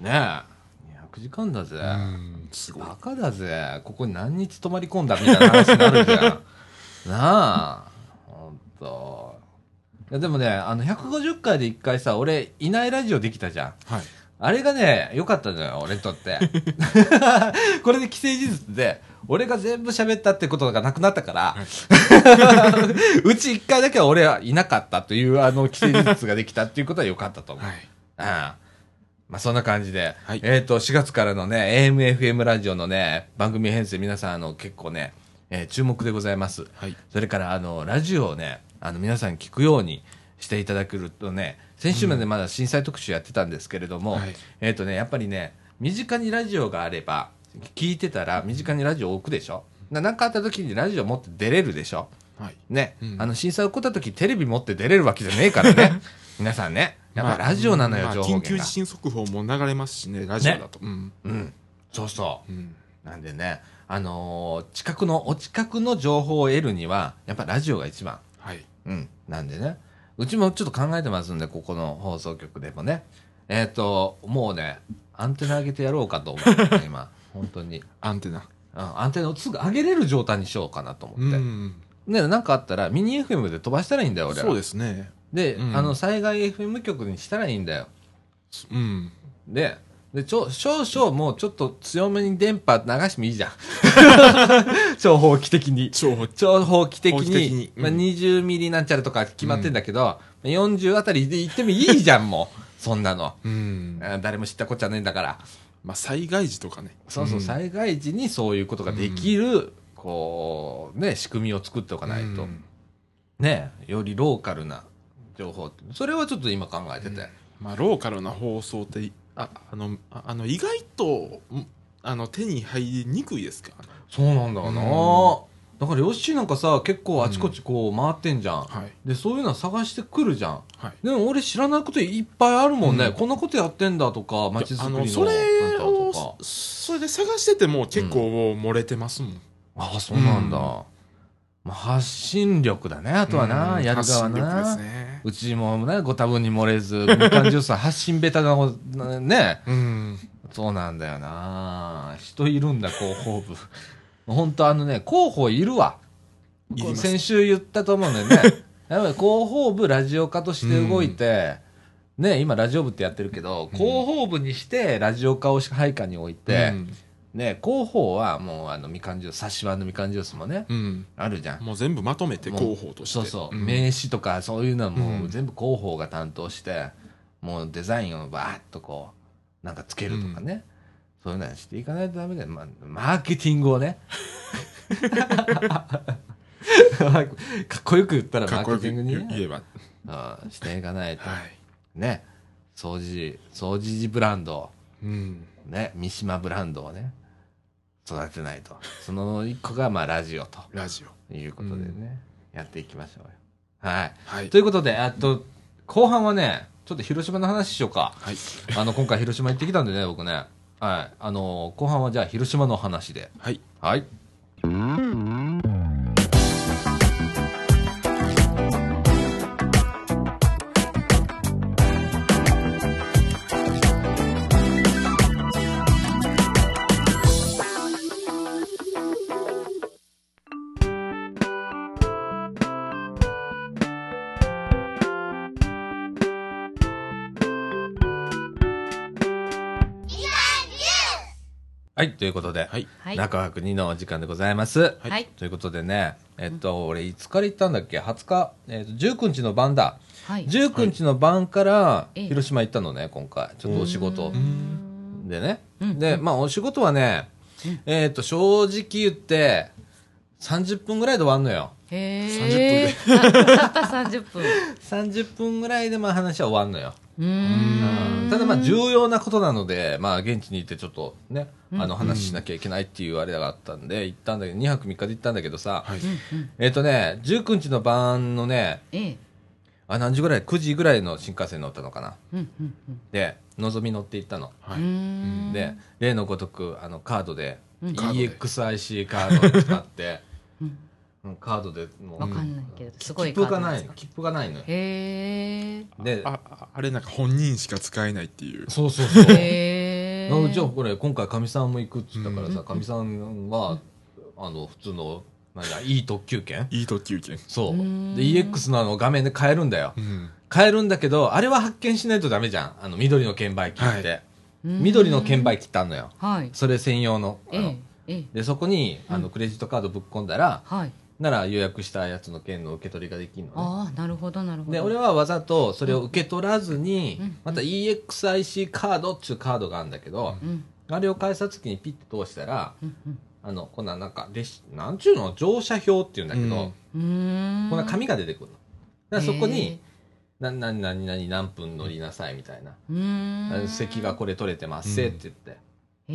ねえ200時間だぜ、うんすごいバカだぜここに何日泊まり込んだみたいな話になるじゃんなあほんといやでもねあの150回で1回さ俺いないラジオできたじゃんはいあれがね、良かったのよ、俺にとっ て。これで既成事実で、俺が全部喋ったってことがなくなったから、 うち一回だけは俺はいなかったという、あの、既成事実ができたっていうことは良かったと思う。はいうん。まあ、そんな感じで、はいえっ、と、4月からのね、AMFM ラジオのね、番組編成皆さん、あの、結構ね、えー注目でございます。はいそれから、あの、ラジオをね、あの、皆さん聞くようにしていただけるとね、先週までまだ震災特集やってたんですけれども、はいえっ、とね、やっぱりね、身近にラジオがあれば、聞いてたら身近にラジオを置くでしょななんかあった時にラジオ持って出れるでしょはいね、うんあの震災起こった時テレビ持って出れるわけじゃねえから ね皆さんねやっぱラジオなのよ、まあ情報緊急源地が、震速報も流れますしねラジオだと、うんうんそうそうんうなんでねあのー近くのお近くの情報を得るにはやっぱラジオが一番はいうん、なんでね。うちもちょっと考えてますんで、ここの放送局でもね。えっ、と、もうね、アンテナ上げてやろうかと思って、 今。本当に。アンテナうんアンテナをすぐ上げれる状態にしようかなと思って。うんね、なんかあったら、ミニ FM で飛ばしたらいいんだよ、俺ら。そうですねでうんあの、災害 FM 局にしたらいいんだよ。うんで、で、ちょ、少々もうちょっと強めに電波流してもい いじゃん。 超法規的に。超ほ超法規的法に規的にうんまあ、20ミリなんちゃらとか決まってんだけど、40あたりで行ってもいいじゃん、もう。 そんなの。うんあ誰も知ったこっちゃねえんだから。まあ災害時とかねそうそう、ん災害時にそういうことができる、こう、ね、仕組みを作っておかないと、うんね、よりローカルな情報ってそれはちょっと今考えてて。まあローカルな放送ってああのああの意外とんあの手に入りにくいですからねそうなんだよな。だから、ヨッシーなんかさ、結構あちこちこう回ってんじゃん。はいで、そういうのは探してくるじゃん。はいでも俺知らないこといっぱいあるもんね、うんこんなことやってんだとか街づくりのあのそなれんかとかをそれで探してても結構漏れてますもん、ああそうなんだ、うんまあ、発信力だねあとはな、うんやる側な発信力ですねうちもねご多分に漏れずみかんジュースは発信ベタなほねうんそうなんだよな人いるんだ広報部本当あのね広報いるわいります先週言ったと思うんだよ ねやっぱり広報部ラジオ化として動いて、ね今ラジオ部ってやってるけど、広報部にしてラジオ化を配下に置いて、うんね広報はもうあのみかんジュース差し版のみかんジュースもねうんあるじゃんもう全部まとめて広報としてそうそう、ん名刺とかそういうのはもううん全部広報が担当して、もうデザインをバーッとこうなんかつけるとかね、そういうのはしていかないとダメだよ、まあ、マーケティングを ねかっこよく言ったらマかっこーよケティくングにね、言えばはうんしていかないといね掃除掃除ブランドをうんね三島ブランドをね育てないとその一個がまあラジオとラジオいうことでね、やっていきましょうよはいはいということで、えっと、後半はね、ちょっと広島の話しようか。はいあの、今回広島行ってきたんでね、僕ね。はい。あの、後半はじゃあ広島の話で。はいはい。はい、ということで、はいはい。中枠2のお時間でございます。はい。ということでね、えっと、俺、いつから行ったんだっけ ?20 日、えっと、19日の晩だ。はい。 19日の晩から、ええ広島行ったのね、今回。ちょっとお仕事うんでね。うんで、まあ、お仕事はね、えっと、正直言って、30分ぐらいで終わんのよ。へえ。30分で。たった30分。 30分ぐらいでまあ話は終わんのよ。うーんただまあ重要なことなので、まあ現地に行ってちょっとね、うんあの話しなきゃいけないっていうあれがあったんで、行ったんだけど、2泊3日で行ったんだけどさ、はいうんうんえっ、とね、19日の晩のね、ええあ、何時ぐらい ?9 時ぐらいの新幹線乗ったのかな。うんうんうんで、のぞみ乗って行ったの。はういーんで、例のごとく、あの、カードで、うんカードで EXIC カードを使 って、うんうんカードでもう、わかんないけどすごい切符がないカーの。ドんです切符がないのよか。へで、あああれなんか本人しか使えないっていうそうそうそう。えへなのでえ じゃあこれ今回かみさんも行くっつったからうさんかみさんはあの普通の何だいい特急券いい特急券そううでん EX のあの画面で買えるんだようん買えるんだけどあれは発見しないとダメじゃんあの緑の券売機って、は緑の券売機ってあんのよはいそれ専用のあえの、えええでそこにあのクレジットカードぶっ込んだら、はいなら予約したやつの券の受け取りができるのねああなるほどなるほどで俺はわざとそれを受け取らずに、うんまた EXIC カードっていうカードがあるんだけど、うんあれを改札機にピッて通したら、うんあの、こんななんか、レシ、なんちゅうの乗車表っていうんだけど、うんうーんこんな紙が出てくるの。だからそこに、えな、な、な、な、何分乗りなさいみたいな。えうーん席がこれ取れてますせっうんて言って、え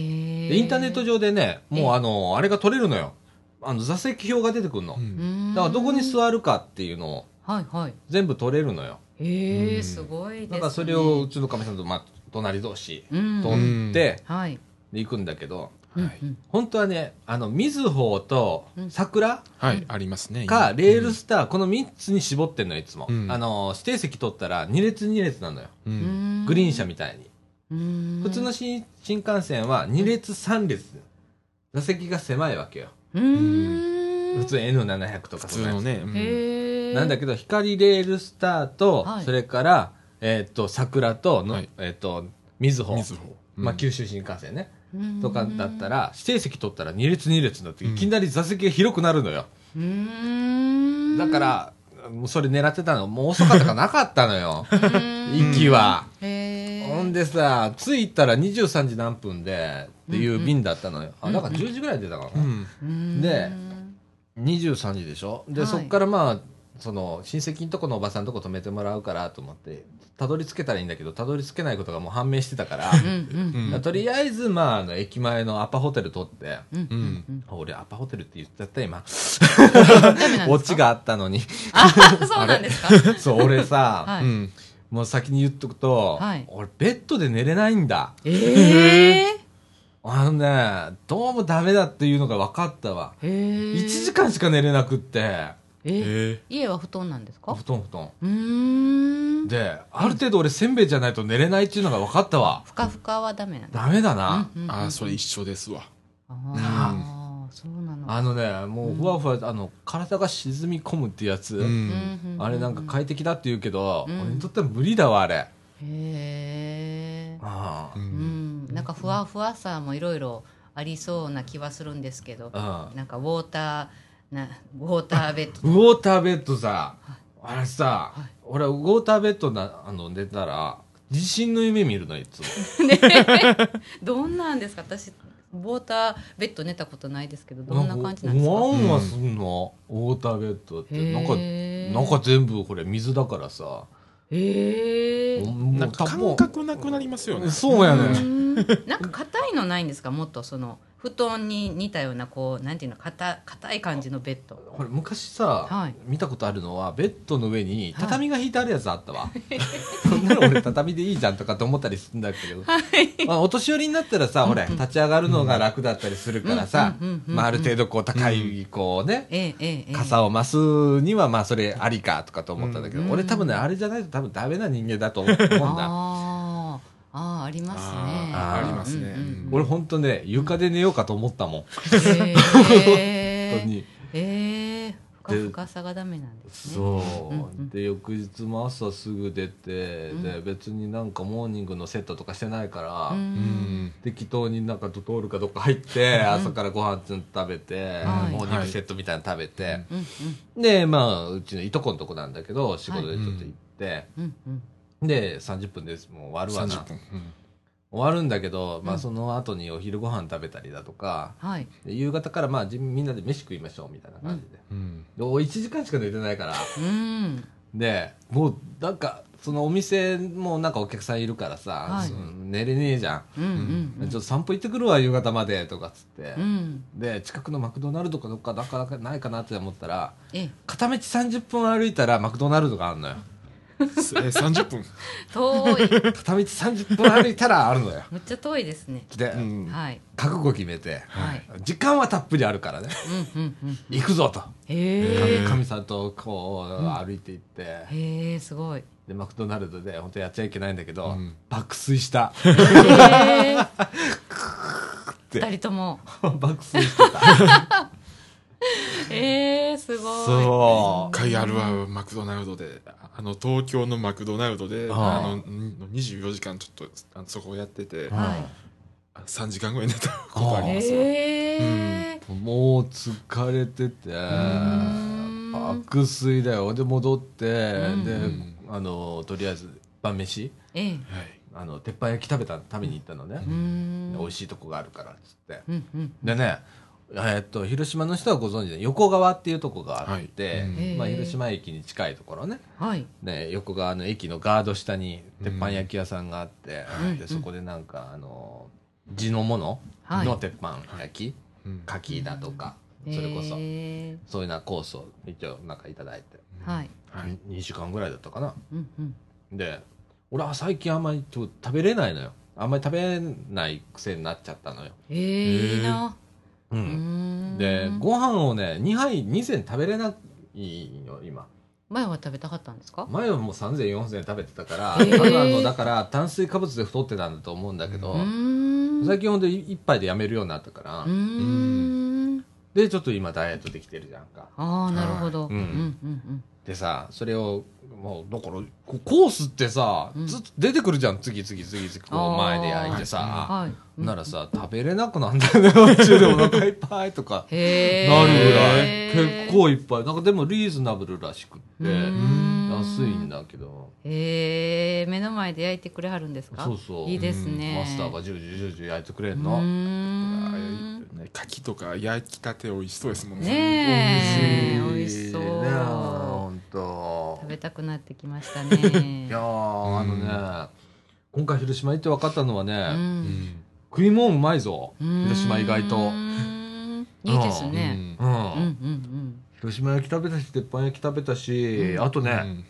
でえインターネット上でね、えもえうあの、あれが取れるのよ。あの、座席表が出てくるのう。うんーんだからどこに座るかっていうのをはいはい全部取れるのよ。えうえんすごいですだねからそれをうちのかみさんと、まあ、隣同士、うん取って、はいで行くんだけど、はいうん本当はね、あの、みずほと桜、はいありますねか、今レールスター、この3つに絞ってんの、いつも。うんあの、指定席取ったら2列2列なのよ。ううんんグリーン車みたいに。うん普通の新新幹線は2列3列。座席が狭いわけよ。うーん普通 N700 とか普そん通なやつのねうんへえなんだけど、光レールスターと、はいそれから、えっと、桜との、はいえっと、みずほみ。ずほまあ、うん九州新幹線ね。うんとかだったら、指定席取ったら2列2列になって、ういんきなり座席が広くなるのよ。うーんだから、もうそれ狙ってたの。もう遅かったからなかったのよ。うん息は。へえほんでさ、着いたら23時何分でっていう便だったのよ。あ、だから10時ぐらいに出たかうらな。んで23時でしょで、はいそっからまあ、その親戚のとこのおばさんのとこ泊めてもらうからと思って、たどり着けたらいいんだけど、たどり着けないことがもう判明してたから、うんうんだからとりあえずまあ、あの、駅前のアパホテル取って、うんうんうんうんあ俺アパホテルって言っちゃった今。ダメなんですかオチがあった のに。あそうなんですかそう、俺さ、はういんもう先に言っとくと、はい俺ベッドで寝れないんだ。ええあのね、どうもダメだっていうのが分かったわ。へえ1時間しか寝れなくって、ええ家は布団なんですか布団布団。うーんで、ある程度俺せんべいじゃないと寝れないっていうのが分かったわ。ふかふかはダメなんだダメだな。うんうんうんああそれ一緒ですわああそうなのあのね、もうふわふわ、あの、体が沈み込むってやつ。うんあれなんか快適だって言うけど、うん俺にとっては無理だわ、あれ。へえああううんんなんかふわふわさもいろいろありそうな気はするんですけどうなんかウォーターなウォーターベッドウォーターベッドさ、あれさ、俺ウォーターベッドな、あの、寝たら、地震の夢見るの、いつも。 どんなんですか私ウォーターベッド寝たことないですけどどんな感じなんですワかンワンすんの、ウォーターベッドってなんかへーなんか全部これ水だからさへえなんか感覚なくなりますよねそうやねなんか硬いのないんですかもっとその布団に似たようなこうなんていうの硬硬い感じのベッドこれ昔さ、はい見たことあるのはベッドの上に畳が引いてあるやつあった わ、そんなの俺畳でいいじゃんとかと思ったりするんだけど、まあ、お年寄りになったらさほれ立ち上がるのが楽だったりするからさうんうんうんうんうんまあある程度こう高いこうね、ええええええ傘を増すにはまあそれありかとかと思ったんだけど、うん俺多分ねあれじゃないと多分ダメな人間だと思うんだあーあーありますねあーありますねうんうんうん俺ほんとね床で寝ようかと思ったもん、へ本当にええふかふかさがダメなんですねそう、うんうんで翌日も朝すぐ出て、んで別になんかモーニングのセットとかしてないから、ううんん適当になんかドトールかどっか入って、朝からご飯食べて、はいモーニングセットみたいなの食べて、うんでまあうちのいとこのとこなんだけど仕事でちょっと行って、うんうんで30分ですもう終わるわ30な分うん終わるんだけど、まうあ、んその後にお昼ご飯食べたりだとか、はいで夕方からまあじみんなで飯食いましょうみたいな感じで、うんでお1時間しか寝てないからうんでもうなんかそのお店もなんかお客さんいるからさ、はいその寝れねえじゃん、うんうんうんちょっと散歩行ってくるわ夕方までとかっつってう、んで近くのマクドナルドかどっかなかなかないかなって思ったらええ片道30分歩いたらマクドナルドがあるのよえ30分、遠い片道30分歩いたらあるのよむっちゃ遠いですねで、うんはい覚悟決めて、はい時間はたっぷりあるからねうんうんうん行くぞとへえかみさんとこう歩いていって、へえすごいでマクドナルドで本当やっちゃいけないんだけど、うん爆睡した へえて二人とも爆睡してたえー、すごいそ一回あるわマクドナルドであの東京のマクドナルドはでいあのに24時間ちょっとあのそこをやっててう、は3時間ぐらい寝たことありいますへえもう疲れててん爆睡だよで戻って、んでうんあのとりあえず晩飯ええはいあの鉄板焼き食べた食べに行ったのね、うーん美味しいとこがあるからっつって、うんうんでねえーっと広島の人はご存知で横川っていうとこがあって、はいうんまあ、へー広島駅に近いところねはいね、横側の駅のガード下に鉄板焼き屋さんがあって、うんでそこでなんかあの地のものはいの鉄板焼き、うん牡蠣だとか、それこそ、へそういうなコースを一応なんかいただいて、ーはいはい2時間ぐらいだったかなうんうんで俺は最近あんまりちょっと食べれないのよあんまり食べない癖になっちゃったのよ、えー、いいなううーんんでご飯をね2杯2膳食べれないよ今前は食べたかったんですか前はもう30004000食べてたから、へーただのだから炭水化物で太ってたんだと思うんだけど、うーん最近ほんで一杯でやめるようになったから、うーんでちょっと今ダイエットできてるじゃんかああなるほど、はういん、ううんんうんでさそれをもうだからこうコースってさ、うんずっと出てくるじゃん次々次々こうあー前で焼いてさ、はいうんならさ食べれなくなんだよね途中でお腹いっぱいとかへえなるぐらい結構いっぱいなんかでもリーズナブルらしくってうん安いんだけどへえ目の前で焼いてくれはるんですかそうそういいですねマスターがジュージュージュージュー焼いてくれんうーのあんーね牡蠣とか焼きたて美味しそうですもんねえ美美味味ししいねそう本当食べたくなってきました いねやーあのね、今回広島行って分かったのはね、ううんん食い物うまいぞ、広島意外とう。ーんいいですねううんうんん、うん広島焼き食べたし、鉄板焼き食べたし、うんあとうね、ん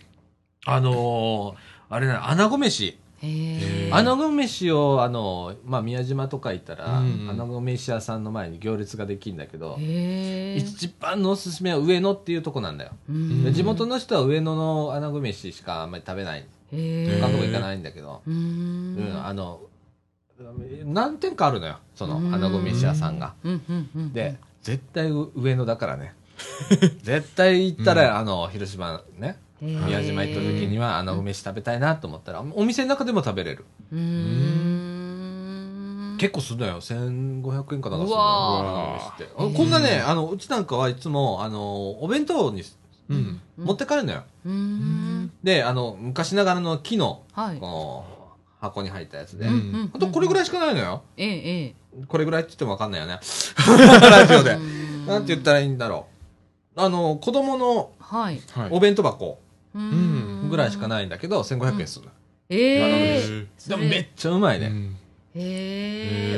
あのーあれね、穴子飯。へえ穴子飯を、あのーまあ、宮島とか行ったら、うん穴子飯屋さんの前に行列ができるんだけど、へえ一番のおすすめは上野っていうとこなんだよ。うんで地元の人は上野の穴子飯しかあんまり食べない。へえ他のとこ行かないんだけど。うーんうん、あの何店かあるのよそのうん穴子飯屋さんが。うんうんうんで絶対う上野だから ね絶対行ったら、あの広島ねへえ宮島行った時には穴子飯食べたいなと思ったらお店の中でも食べれる、うーん結構するのよ1500円かなんかするのようわ穴子飯ってあこんなねあのうちなんかはいつもあのお弁当にうんうん持って帰るのよ、うーんであの昔ながらの木のはいこの箱に入ったやつで、うほん、ん本当これぐらいしかないのよ、えええこれぐらいって言っても分かんない よねラジオえでうーんなんて言ったらいいんだろうあの子供のはいはいお弁当箱んぐらいしかいないんだけど1500円するの、ええへえでもめっへちゃうまいね、うんへえ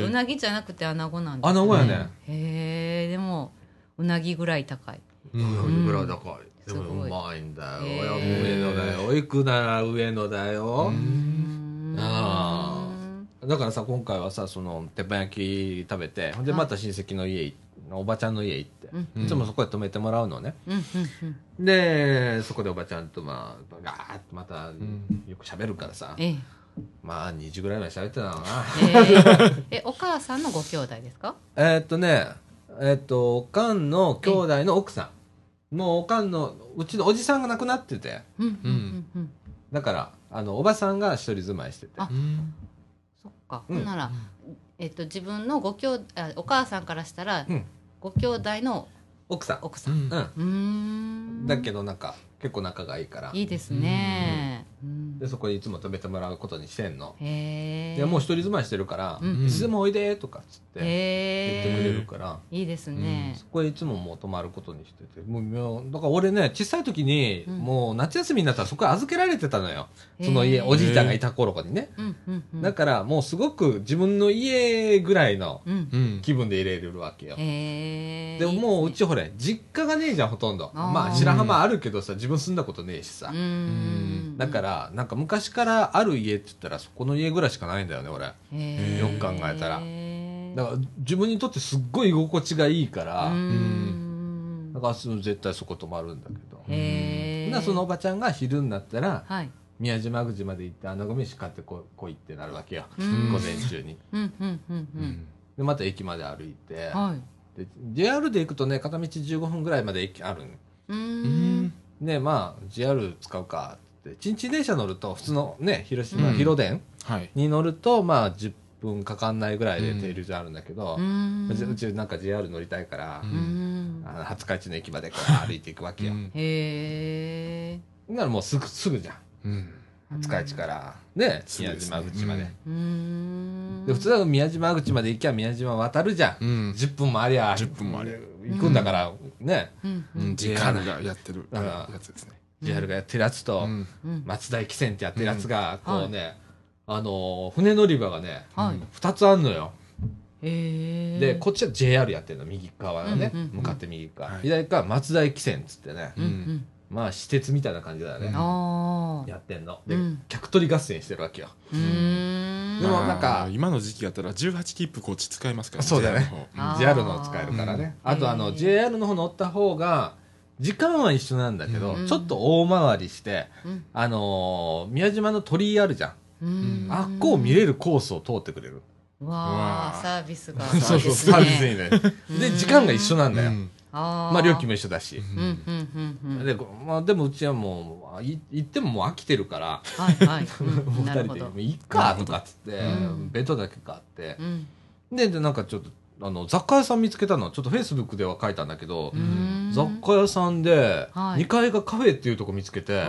えうなぎじゃなくて穴子なんです穴子やね、へえでもうなぎぐらい高いうんうぐらい高いですごいもうまいんだよ、へー上野だよ行くなら上野だよう、うんあだからさ今回はさその鉄板焼き食べてほんではいまた親戚の家行おばちゃんの家行って、うんうんいつもそこで泊めてもらうのね、うんうんうんでそこでおばちゃんとまあガーッとまたんよく喋るからさ、ええまあ2時ぐらいまで喋ってたのかなええお母さんのご兄弟ですかえーっとねえーっとおかんの兄弟の奥さんもうおかんのうちのおじさんが亡くなっててうんうんうんうんだからあのおばさんが一人住まいしててあうんそっかうほんんならえっと自分のご兄弟あお母さんからしたらうんご兄弟の奥さん奥さうんんううーんんだけどなんか結構仲がいいからいいですねうんでそこにいつも泊めてもらうことにしてんの、へえでもう一人住まいしてるから「うんいつでもおいで」とかっつって言へっえてくれるから、いいですね、そこへいつももう泊まることにしててもうもうだから俺ね小さい時にうんもう夏休みになったらそこへ預けられてたのよ、その家へーおじいちゃんがいた頃にね、うんうんうんだからもうすごく自分の家ぐらいのうんうん気分で入れれるわけよ、へえでももううちほれ実家がねえじゃんほとんどあーまあ白浜あるけどさ自分住んだことねえしさ、うんだからなんか昔からある家って言ったらそこの家ぐらいしかないんだよね俺だかへーよく考えたらへーら自分にとってすっごい居心地がいいから、うんだからその絶対そこ泊まるんだけど、へーなそのおばちゃんが昼になったらはい宮島口まで行って穴子飯買ってこ来いってなるわけよ、うん午前中にうんうんうんうんでまた駅まで歩いて、はいで JR で行くとね片道15分ぐらいまで駅あるのううんんねまあ JR 使うかってチンチン電車乗ると普通のね広島、うん広電はいに乗るとまあ10分かかんないぐらいで停留所あるんだけど、うんうちうちなんか JR 乗りたいから、うんうんあの廿日市の駅までこう歩いていくわけよ、へえならもうすぐすぐじゃんうん廿日市からねすぐ宮ですね島口まで,、うんで普通は宮島口まで行きゃ宮島渡るじゃん、うん10分もありゃ10分もありゃ行くんだからね、うんううんん時間がやってるうんやつですね JR がやってるやつと、うんうん松田駅線ってやってるやつがうんこうね、あのー船乗り場がね、はい2つあんのよへえでこっちは JR やってるの右側がね、うんうんうん向かって右側、はい左側松田駅線っつってね、うんうんまあ私鉄みたいな感じだよね、ああやってんので、うん客取り合戦してるわけようーんでもなんかまあ今の時期やったら18切符こっち使いますからそうだね JR の JR の方あーを使えるからね、うんあとあのへー JR の方乗った方が時間は一緒なんだけど、うんちょっと大回りしてうんあのー宮島の鳥居あるじゃん、うんあっこを見れるコースを通ってくれる、わわああサービスがそう そうサービスいいねで時間が一緒なんだよ、うんあまあ料金もも一緒だし、うんうんうんうんで,、まあ、でもうちはもうい行ってももう飽きてるから、はいはい うんもうな2る人ほで「どもういっか」とかっつってうん弁当だけ買ってうんででなんかちょっとあの雑貨屋さん見つけたのちょっとフェイスブックでは書いたんだけどうーん雑貨屋さんではい2階がカフェっていうとこ見つけてわわ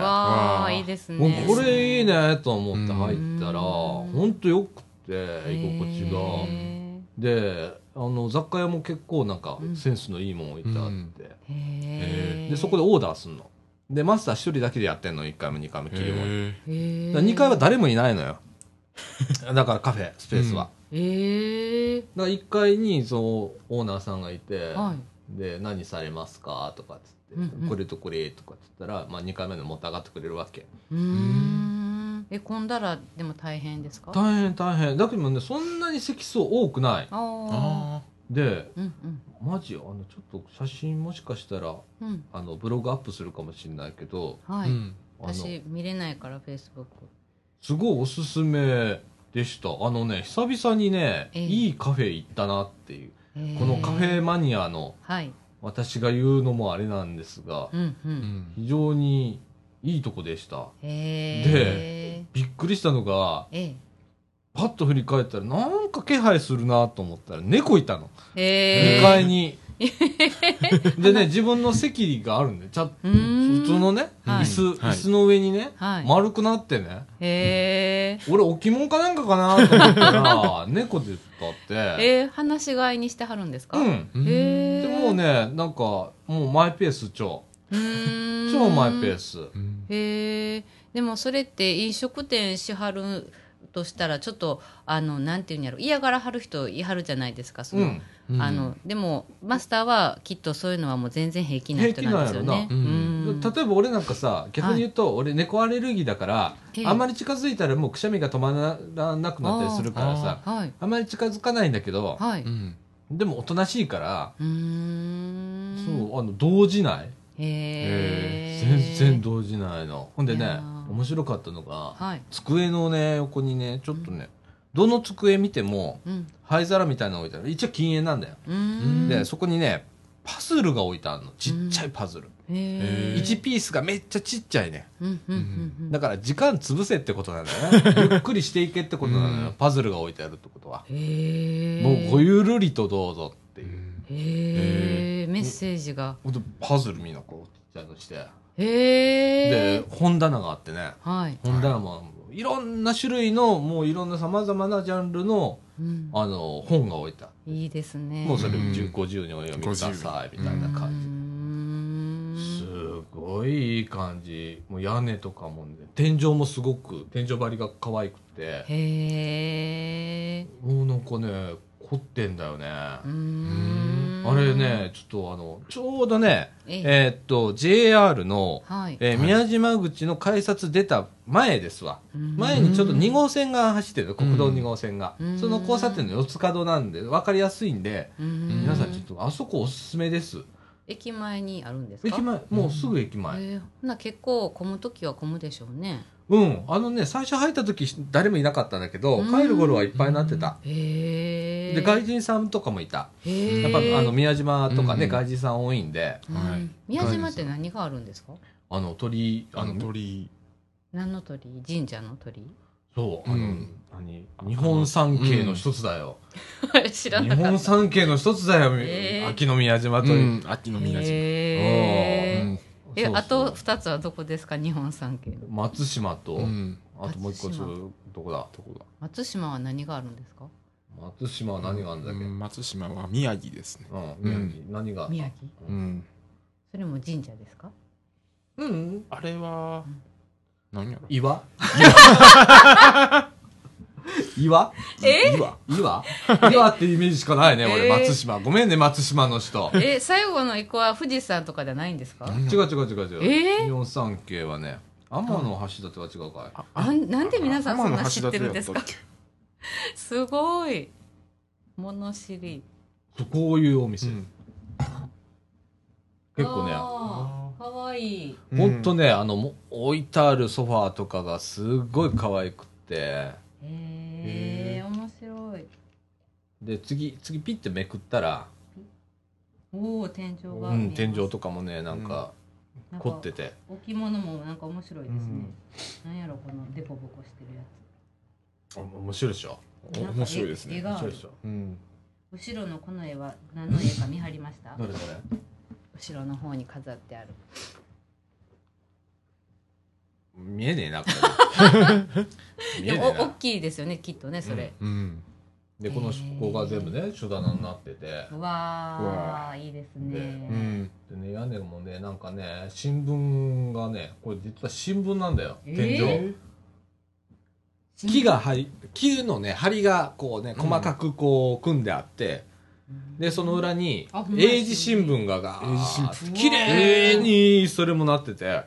ああいいですもうねこれいいねと思って入ったらうんほんとよくて居心地がへであの雑貨屋も結構なんかうんセンスのいいもん置いてあってえへえでそこでオーダーすんのでマスター1人だけでやってんの1回も2回も切り盛りへへえだから2階は誰もいないのよだからカフェスペースは、へえだから1階にそうオーナーさんがいて、はいで「何されますか?」とかっつって、うんうんこれとこれ」とかっつったら、まあ、2回目の持って上がってくれるわけうーんえ混んだらでも大変ですかあ大変大変だけどねそんなに席数多くないああでうんうんマジあのちょっと写真もしかしたらうんあのブログアップするかもしれないけどあはういんあの私見れないからフェイスブックすごいおすすめでしたあのね久々にね、ええいいカフェ行ったなっていうこのカフェマニアのはい私が言うのもあれなんですがうんううんん非常にいいとこでしたへえびっくりしたのがえパッと振り返ったらなんか気配するなと思ったら猫いたの、え2階 にでね自分の席があるんでちゃんうーん普通のね、は椅い子、は椅い子の上にね、はい丸くなってねへえ俺置物かなんかかなと思った ら猫でしたって、えー、話し飼いにしてはるんですか、うんうんへえでもうねなんかもうマイペース超うーん超マイペース、うんへえでもそれって飲食店しはるとしたらちょっとあのなんていうんやろ嫌がらはる人いはるじゃないですかその、うんうんあのでもマスターはきっとそういうのはもう全然平気な人なんですよ平ね気なんやろうん例えば俺なんかさ逆に言うと、俺猫アレルギーだから、ええあんまり近づいたらもうくしゃみが止まらなくなったりするからさはいあんまり近づかないんだけどはいううんでもおとなしいから、ーんそうあの動じない、へえ全然動じないのほんでいねやー面白かったのが、はい机のね横にねちょっとね、どの机見てもうん灰皿みたいなの置いてある一応禁煙なんだよ、うーんでそこにねパズルが置いてあるのちっちゃいパズル、へえ1ピースがめっちゃちっちゃいねうんうんうんうんだから時間潰せってことなんだよねゆっくりしていけってことなのよ、うんパズルが置いてあるってことは、へえもうごゆるりとどうぞっていうへえメッセージがほんとパズルみんなこうちっちゃいのしてへでえ。本棚があってねはい。本棚もいろんな種類のもういろんなさまざまなジャンルのうんあの本が置いてあるいいですね。もうそれうん10 50にお読みくださいみたいな感じすじ。ごいいい感じもう屋根とかもね天井もすごく天井張りが可愛くてへえ。もうなんかね凝ってんだよねうーんあれ。ねちょっとあのちょうどねええ。えーっと JR のはい。えーはい宮島口の改札出た前ですわ前にちょっと2号線が走ってる国道2号線がうんその交差点の四つ角なんで分かりやすいんでうん皆さんちょっとあそこおすすめです駅前にあるんですか。駅前もうすぐ駅前えー、ほな結構混む時は混むでしょうね。うんあのね最初入った時誰もいなかったんだけどうん帰る頃はいっぱいになってたへえ。で外人さんとかもいたへやえ。っぱあの宮島とかねうん外人さん多いんでうんはい宮島って何があるんですか。あの鳥ああのの鳥何の鳥？神社の鳥？そうあうのん何日本三景の一つだよ 知ら日なか本った。三景の一つだよ、えー秋の宮島あという、うん秋の宮う島へえん。そえうそうあと二つはどこですか日本三景の。松島と、うんあともう一個松ち島ょどこだどこだ松島は何があるんですか。松島は何があるんだっけ、ううんん松島は宮城ですね宮城何があった宮城。うんそれも神社ですか。うんあれは何やろ 岩岩え岩岩岩ってイメージしかないね、俺えー松島ごめんね松島の人え最後の一個は富士山とかじゃないんですか。違う違う違う違う、えー日本三景はね天の橋立は違うかい、なんなんで皆さんそんな知ってるんです天か橋。立やった すごい。物知り。そうこういうお店、っけ結構ねあーかわいい。うんほんとね、あの、も置いてあるソファーとかがすっごい可愛くて、へえ面白い。で、次、次ピッてめくったら、おお天井が、うん、天井とかもね、なんか凝っててて。置物もなんか面白いですね、なんやろこのデコボコしてるやお面白いでしょつおなんか面白いですね絵絵面があ白いるでしょうん後ろのこの絵は何の絵か見張りましたどれどれ後ろの方に飾ってある見えねえな、これ。見えでねもえお大な。きいですよねきっとねそれ、うんで、このここが全部ね、書棚になってて。うわーうわいいですね、うんでね、屋根もね、なんかね、新聞がね、これ実は新聞なんだよ、えー天井。木が張り木のね梁がこうねうん細かくこう組んであって、でその裏にあほんまや英字新聞がが英字新聞綺麗にそれもなってて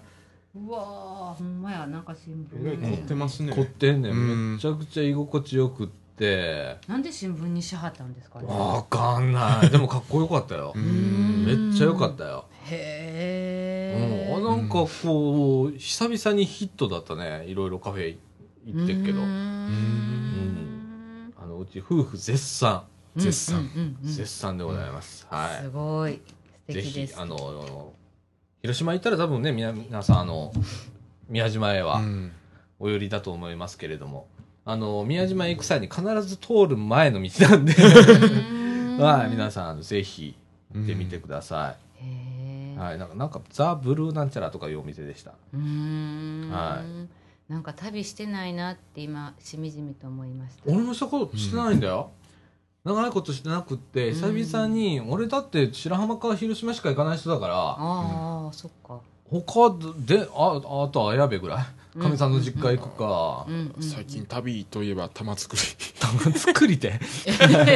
うわーほんまやなんか新えらい聞凝ってますね凝ってんねうんんめちゃくちゃ居心地よくってなんで新聞にしはったんですかねわかんないでもかっこよかったよううーんめっちゃよかったよ、うん、へえ、あなんかこう久々にヒットだったねいろいろカフェ行ってっけどうーんあのうち夫婦絶賛絶賛うんうんうんうん絶賛でございます、はいすごい素ぜ敵でひすあの広島行ったら多分ね皆皆さんあの宮島へうはんお寄りだと思いますけれども、あの宮島へ行く際に必ず通る前の道なん で、 はい、皆さんあのぜひ行ってみてくださへえい、はい、なんかなんかザ・ブルーなんちゃらとかいうお店でしたうーんはなんか旅してないなって今しみじみと思いました俺もしたことしてないんだよ、長いことしてなくって久々に、俺だって白浜から広島しか行かない人だからああ、そっか他でああと綾部ぐらいかみさんの実家行くか、うんうん最近旅といえば玉造り玉作り で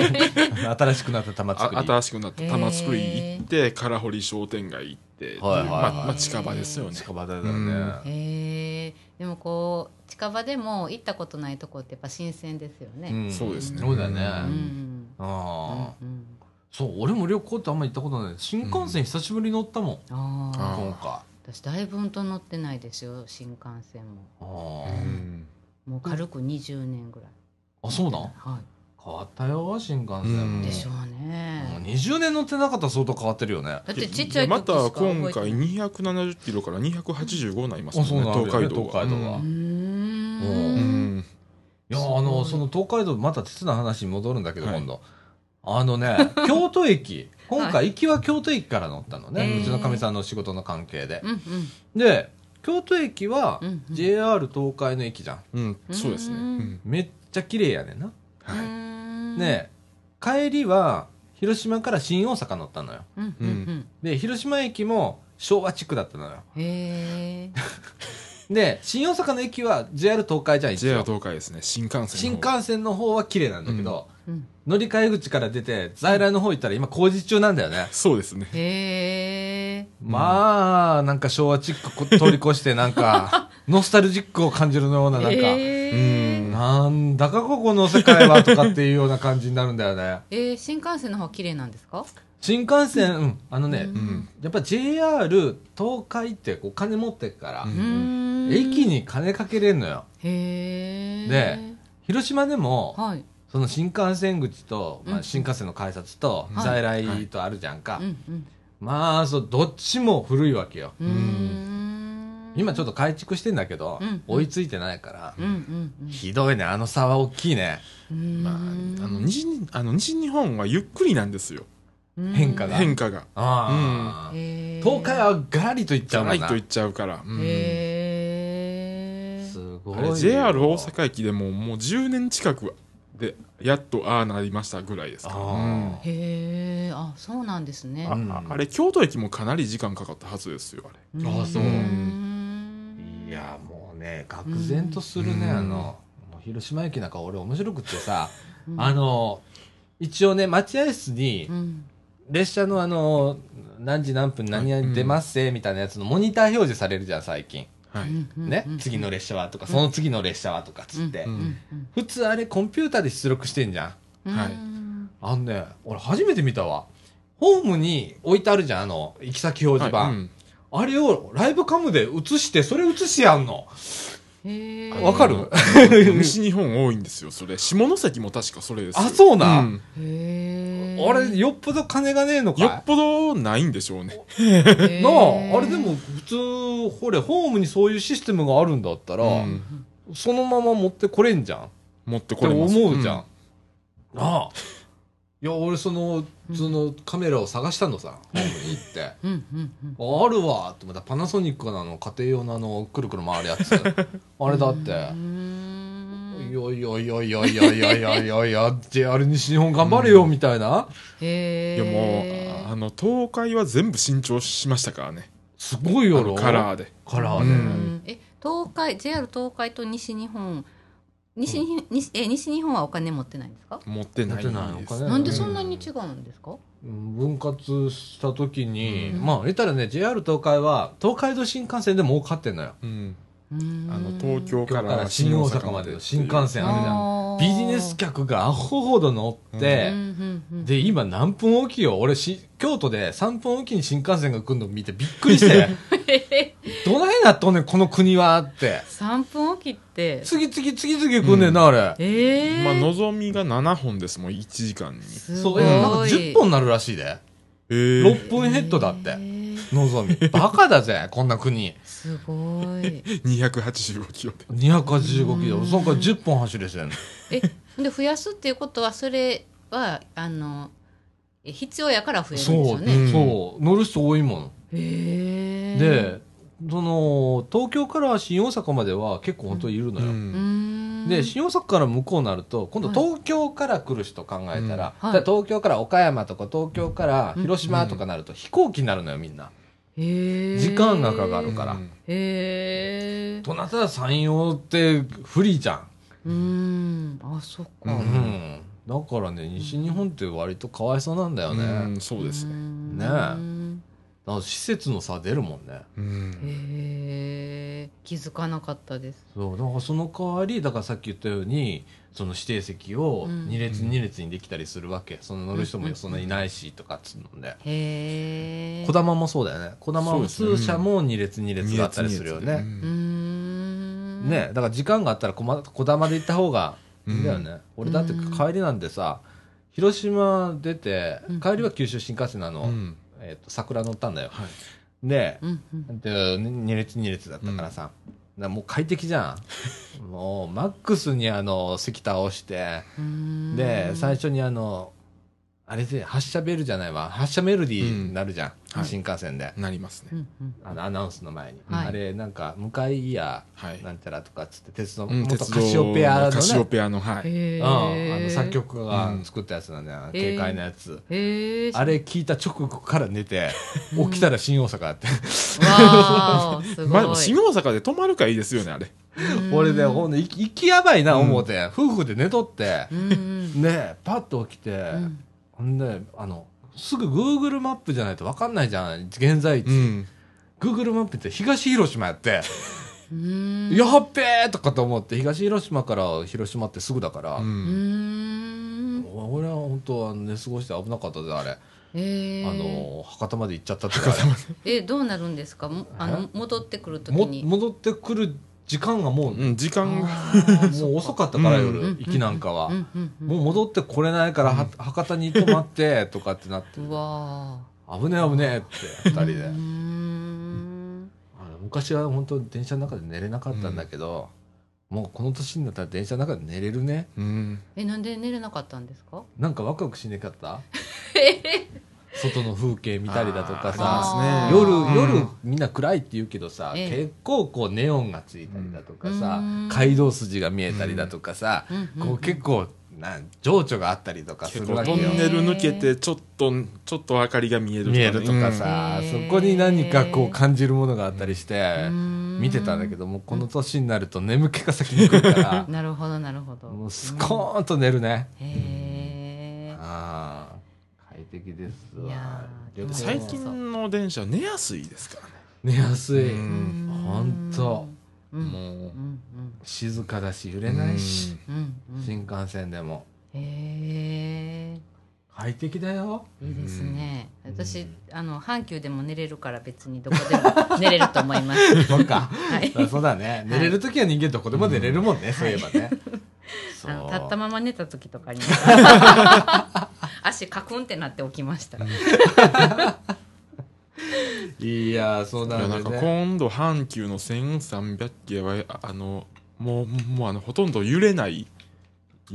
新しくなった玉あ作り 新しくなった玉造り行って唐堀商店街行ってっていうはいはいはいまあまあ近場ですよね近場だよね、うんへえでもこう近場でも行ったことないとこってやっぱ新鮮ですよねんそうですねそうだよね、うあんあうんうんそう俺も旅行ってあんま行ったことない新幹線久しぶり乗ったもん、あああー今回あ私だいぶんと乗ってないですよ新幹線もうーんもう軽く20年ぐらい、あそうなんは変わったよ新幹線うもんい、でしょうね、 20年乗ってなかったら相当変わってるよねだってちっちゃいま時しかた覚今えてない回270キロから285なりますもんあねそうなん東だよね海道は東海道はうーうんんいやすごいあのその東海道また鉄の話に戻るんだけどはい 今度、あのね京都駅今回行きは京都駅から乗ったのね、へーうちのかみさんの仕事の関係でう、んうんで京都駅はうんうん JR 東海の駅じゃんうん、そうですね。ううんん、めっちゃ綺麗やねんな、うはい。ーんで帰りは広島から新大阪乗ったのようんうんで広島駅も昭和地区だったのようんへえで新大阪の駅は JR 東海じゃん一 JR 応東海ですね。新幹線の方。新幹線の方は綺麗なんだけど、うん乗り換え口から出て在来の方行ったら今工事中なんだよね、そうですね。へえまあなんか昭和チックこ通り越してなん かノスタルジックを感じるようななんか、へうーんなんだかここの世界はとかっていうような感じになるんだよねえー新幹線の方は綺麗なんですか新幹線、うんあのね、うんうん。やっぱ JR 東海ってこう金持ってっから、ううーん駅に金かけれんのよへえで広島でも、はいその新幹線口と、まうあ、ん新幹線の改札とは在い来とあるじゃんか、うんうんまあそうどっちも古いわけようーん今ちょっと改築してんだけど、うん追いついてないから、うんうんひどいねあの差は大きいねうんまあ、あの西にあの西日本はゆっくりなんですよ。変化が変化が。ああ、へー東海はガラリといっちじゃゃうなかいなと言っちゃうから。うんへえすごあいよれ JR 大阪駅でももう10年近くでやっとああなりましたぐらいですから、うんあへえあそうなんですねああれ京都駅もかなり時間かかったはずですよあれあそうんいやもうね愕然とするね、うんあのもう広島駅なんか俺面白くってさ、うんあの一応ね待合室にうん列車のあの何時何分何々出ますせみたいなやつのモニター表示されるじゃん最近はうい、んうんね、うん次の列車はとかその次の列車はとかっつって、うんうん普通あれコンピューターで出力してんじゃんうんはいうんあんね俺初めて見たわホームに置いてあるじゃんあの行き先表示板、はいうんあれをライブカムで映してそれ映してやんのへえわかるあの 西日本多いんですよそれ下関も確かそれですよあそうなんへえ俺よっぽど金がねえのかいよっぽどないんでしょうねへーなああれでも普通ほれホームにそういうシステムがあるんだったら、うんそのまま持ってこれんじゃんっ持っててこれ思ますうじゃん、なあいや俺そのそのカメラを探したの さホームに行ってうんうんうんああるわって思ったらパナソニックのあの家庭用のあのくるくる回る やつあれだってうーんいやいやいやいやいやいやいやいやいや JR 西日本頑張れよみたいなへいやえもうああの東海は全部新調しましたからねすごいよあのろカラーでカラーうで、んえ東海 JR 東海と西日本西日本、西え西日本はお金持ってないんですか、持ってない持ってないおです金うんなんでそんなに違うんですか、分割した時に、うんまあ言ったらね JR 東海は東海道新幹線で儲かってんのようんうーんあの東京今か日からら新大阪までの新幹線あるじゃんあービジネス客がアホほど乗って、うんうんうんで今何分おきよ俺し京都で3分おきに新幹線が来るの見てびっくりして どないなっとんねんこの国はって3分おきって次々次々来んねんな、あれええーまあのぞみが7本ですもん1時間にすそごういいやなんか10本なるらしいでえ6ー分ヘッドだって、へーのぞみ バカだぜこんな国すごい285キロで285キロそのから10本走れてんのえで増やすっていうことはそれはあのえ必要やから増えるんですそよう、ねんそう乗る人多いもん、へえでその東京から新大阪までは結構本当にいるのうよ、うんーんで新大阪から向こうになると今度はい東京から来る人考えたら,、うんはい東京から岡山とか東京から広島とかなると飛行機になるのよみんな、時時間がかかるからうんへえとなったら山陽って不利じゃん、うーんあそっかううんんだからね西日本って割とかわいそうなんだよね、うんそうですねねねだから施設の差出るもんねうんへえ気づかなかったですそうだからその代わりだからさっき言ったようにその指定席をうん2列2列にできたりするわけ、その乗る人うんもそんないないしとかっつうので、へえこだまもそうだよねこだまそうはですね普通車も2列2列だったりするよねうんうーんねだから時間があったらこ,、ま、こだまで行った方がいいんだよね、俺だって帰りなんてさ広島出てうん帰りは九州新幹線なの、うんえっと桜乗ったんだよはいでうんうんで2列2列だったからさ、なもう快適じゃ んもうマックスにあの席倒してうーんで最初にあのあれで発車ベルじゃないわ発車メロディーになるじゃん、うんはい新幹線でなりますねう。んうんあのアナウンスの前に、はいあれなんか向かいやはい。なんちゃらとかっつって鉄道、うん元鉄道カシオペアのねカシオペアの、はい。へうん、あーの作曲家が作ったやつなんだよ、ん軽快なやつ、へえあれ聞いた直後から寝て起きたら新大阪やって、わーすごい、まあでも新大阪で泊まるからいいですよね、あれ。うん俺ねほんで行きやばいな思うて、夫婦で寝とってう、んねえパッと起きて、うんほんであのすぐ Google マップじゃないと分かんないじゃん現在地、うん。 Google マップって東広島やって、うんやっべーとかと思って東広島から広島ってすぐだから、う。うんん俺は本当あの寝過ごして危なかったぜあれ、へーあの博多まで行っちゃったってあれえどうなるんですかもあの戻ってくるときもに戻ってくる時間がもう、うん、時間が。あーもう遅かったから、うん夜うん行きなんかは、うんうんうんもう戻ってこれないから、は博多に泊まってとかってなってうわ危ねえ危ねえってー二人で うーんあの昔は本当電車の中で寝れなかったんだけど、もうこの年になったら電車の中で寝れるねうん。えなんで寝れなかったんですかなんかワクワクしねかった 外の風景見たりだとかあさあります夜ね。夜、うんみんな暗いって言うけどさ、ええ結構こうネオンがついたりだとかさ、うん街道筋が見えたりだとかさ、うんうんうんこう結構なん情緒があったりとかす結る構わけトよン。ネル抜けてちょっとちょっと明かりが見える見えるとかねさ、うんそこに何かこう感じるものがあったりしてうん見てたんだけどもうこの年になると眠気が先に来るかなるほどなるほどらもうスコーンと寝るね、うんへーああ快適ですいやわー旅う行ん最近の電車は寝やすいですからね寝やすい、うんほんとうんうんもううん静かだし揺れないし、うんうん新幹線でもへえ快適だ よいいですねうんう私んあの阪急でも寝れるから別にどこでも寝れると思いますそっか、はいそうだね寝れる時は人間どこでも寝れるもんね、そういえばね、そうあの立ったまま寝た時と かに足カクンってなって起きました、いやーそうなんいやなだんよかね今度阪急の1300系はああのもうもうあのほとんど揺れないいい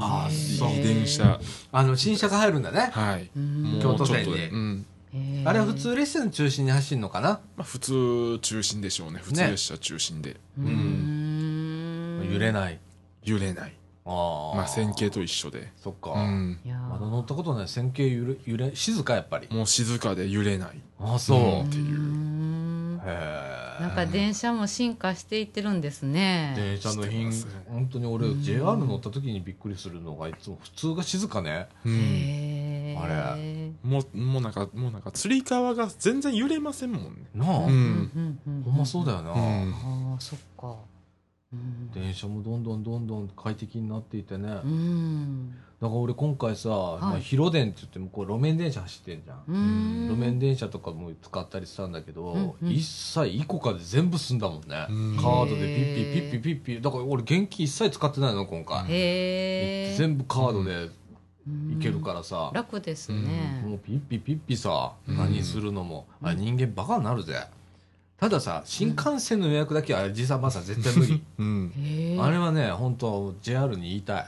あいいそう電車あの新車が入るんだねはいうんも京う都ちょっ線にとで、うんへーあれは普通列車の中心に走るのかな、まあ、普通中心でしょうね普通列車中心で、うーん揺れない揺れないああまあ線形と一緒で、そっか、うんいやーまだ乗ったことない線形揺れ揺れ静かやっぱりもう静かで揺れないああそう、うんっていうーんへえなんか電車も進化していってるんですね電車の知って品ます本当に俺 JR 乗った時にびっくりするのがいつも普通が静かねうんへーあもうもうなんかもうなんかつり革が全然揺れませんもんねなあ、うんうんうんほんまそうだよな、うんああそっかうん電車もどんどんどんどん快適になっていてね、だうかんら俺今回さ、まあ、広電って言って向こう路面電車走ってんじゃん、うん路面電車とかも使ったりしたんだけど、うんうん一切イコカで全部済んだもんね、うんカードでピッピッピッピッピッピッだから俺現金一切使ってないの今回、へえ全部カードでいけるからさ、楽ですねもうピッピピッピさ、うん何するのも、あれ人間バカになるぜ。たださ、新幹線の予約だけはあれ時差ばさ絶対無理。うんへえあれはね、本当 JR に言いたい。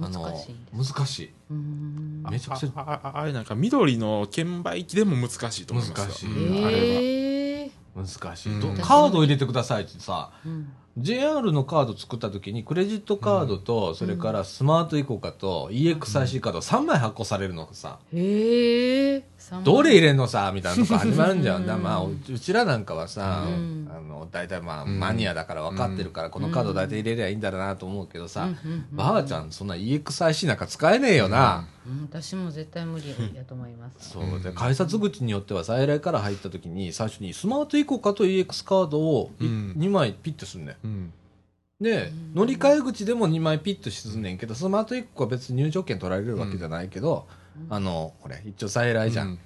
あの難しいんです難しい。うんめちゃくちゃああああれなんか緑の券売機でも難しいと思いますよ難しいうんあれはへえ難しい。うんどカード入れてくださいってさ、うん JR のカード作った時にクレジットカードと、それからスマートイコカと EXIC カード3枚発行されるのさ、へえどれ入れんのさみたいなとこ始まるんじゃん。うん だまあ、ううちらなんかはさ、うんあの、大体まあ、んマニアだから分かってるから、このカード大体入れりゃいいんだろうなと思うけどさ、うんうんうんばあちゃん、そんな EXIC なんか使えねえよな。うん私も絶対無理やと思いますそうで、改札口によっては再来から入った時に、最初にスマート以降かと EX カードをい、うん2枚ピッてすんねん。うんで、乗り換え口でも2枚ピッと沈んねんけど、スマート以降は別に入場券取られるわけじゃないけど、あの、これ、一応再来じゃん。うん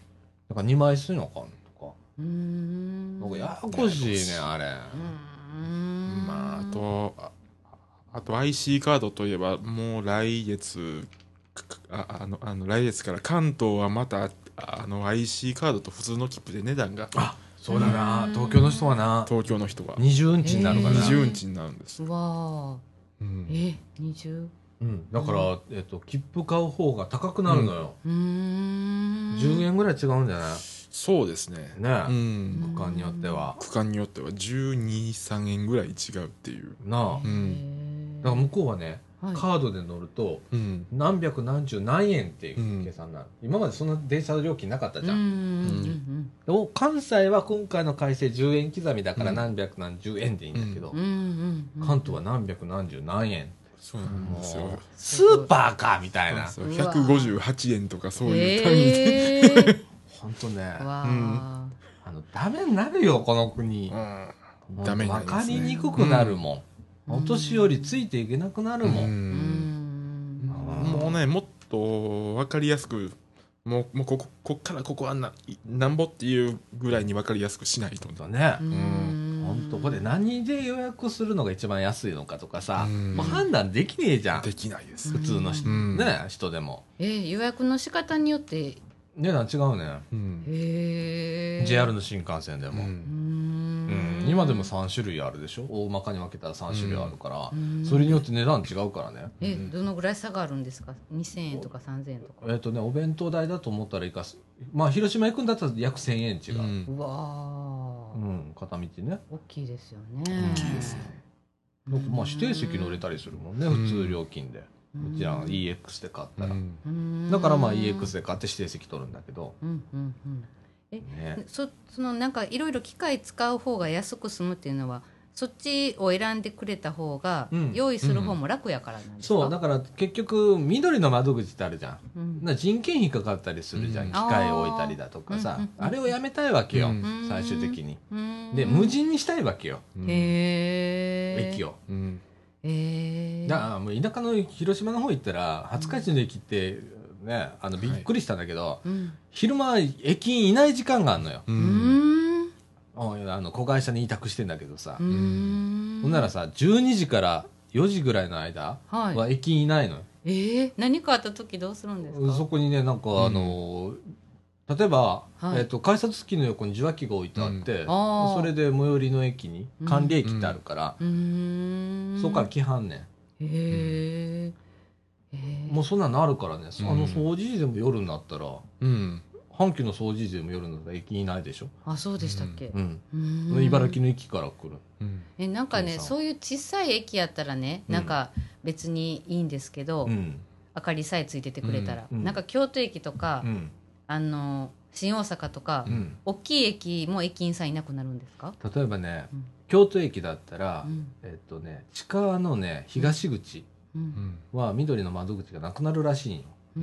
だから2枚すんのかんとか。うーんなんかややこしいね、あれ。うーんまああとああと IC カードといえばもう来月かああのあの来月から関東はまたああの IC カードと普通の切符で値段があそうだな東京の人はな東京の人は20インチになるかな、えー20インチになるんです、うわあうんえ二十うん、だから、えっと、切符買う方が高くなるのよ、うーん10円ぐらい違うんじゃないそうですねうね、ん区間によっては、区間によっては123円ぐらい違うっていうなあうへんーだから向こうはね、はいカードで乗るとうん何百何十何円っていううん計算になる、今までそんな電車料金なかったじゃん、うんでも関西は今回の改正10円刻みだからうん何百何十円でいいんだけど、うんうんうんうんうん関東は何百何十何円そうなんもですようスーパーかみたいなそううわ158円とかそういう単位で、へー本当ねわああのダメになるよこの国うんダメになわりかますねりにくくなるもん、うんお年寄りついていけなくなるもん、ううんんもうねもっと分かりやすくもうもうこここっからここはななんぼっていうぐらいに分かりやすくしないとだね、うん本当これ何で予約するのが一番安いのかとかさ、うんもう判断できねえじゃんできないです普通の人、うんね人でもえー予約の仕方によって値段違うね、うんへえ JR の新幹線でうも、うんうんん今でも3種類あるでしょ大まかに分けたら3種類あるから、うんそれによって値段違うからねえどのぐらい差があるんですか2000円とか3000円とかえっ、とねお弁当代だと思ったらいかすまあ広島行くんだったら約1000円違うう、んうわうーん、片道ね大きいですよね大きいですねなんかまあ指定席乗れたりするもんね、うん普通料金で。うんうちらの EX で買ったら。うんだからまあ EX で買って指定席取るんだけど。うんうんうんね。そそのなんかいろいろ機械使う方が安く済むっていうのはそっちを選んでくれた方が、うん用意する方も楽やからなんですか、そう、だから結局、緑の窓口ってあるじゃん。うんな人件費かかったりするじゃん。うん機械を置いたりだとかあーうさん。うんあれをやめたいわけよう、ん最終的に。うんで、無人にしたいわけよ、うんへえ駅を。うんへえだからもう田舎の広島の方行ったら、廿日市の駅って、ね、あのびっくりしたんだけど、うん昼間駅員いない時間があるのよ。ううんんうんあの子会社に委託してんだけどさ、うんほんならさ12時から4時ぐらいの間はいは駅員いないのよ、ええ何かあった時どうするんですかそこにねなんかあのー例えば、はいえっと改札機の横に受話器が置いてあって、んあーそれで最寄りの駅にうん管理駅ってあるから、うーんそこから来はんねへえへん、えもうそんなのあるからね、そあうんの掃除時でも夜になったらうん阪急の掃除時でも夜になったら駅員いないでしょ、あそうでしたっけうんうん茨城の駅から来るうんえなんかそねうそういう小さい駅やったらねうんなんか別にいいんですけど、うん明かりさえついててくれたら、うんうんなんか京都駅とか、うんあの新大阪とか、うん大きい駅も駅員さんいなくなるんですか、例えばね、うん京都駅だったら、うんえっとね、地下のね東口ううんんは緑の窓口がなくなるらしいんよう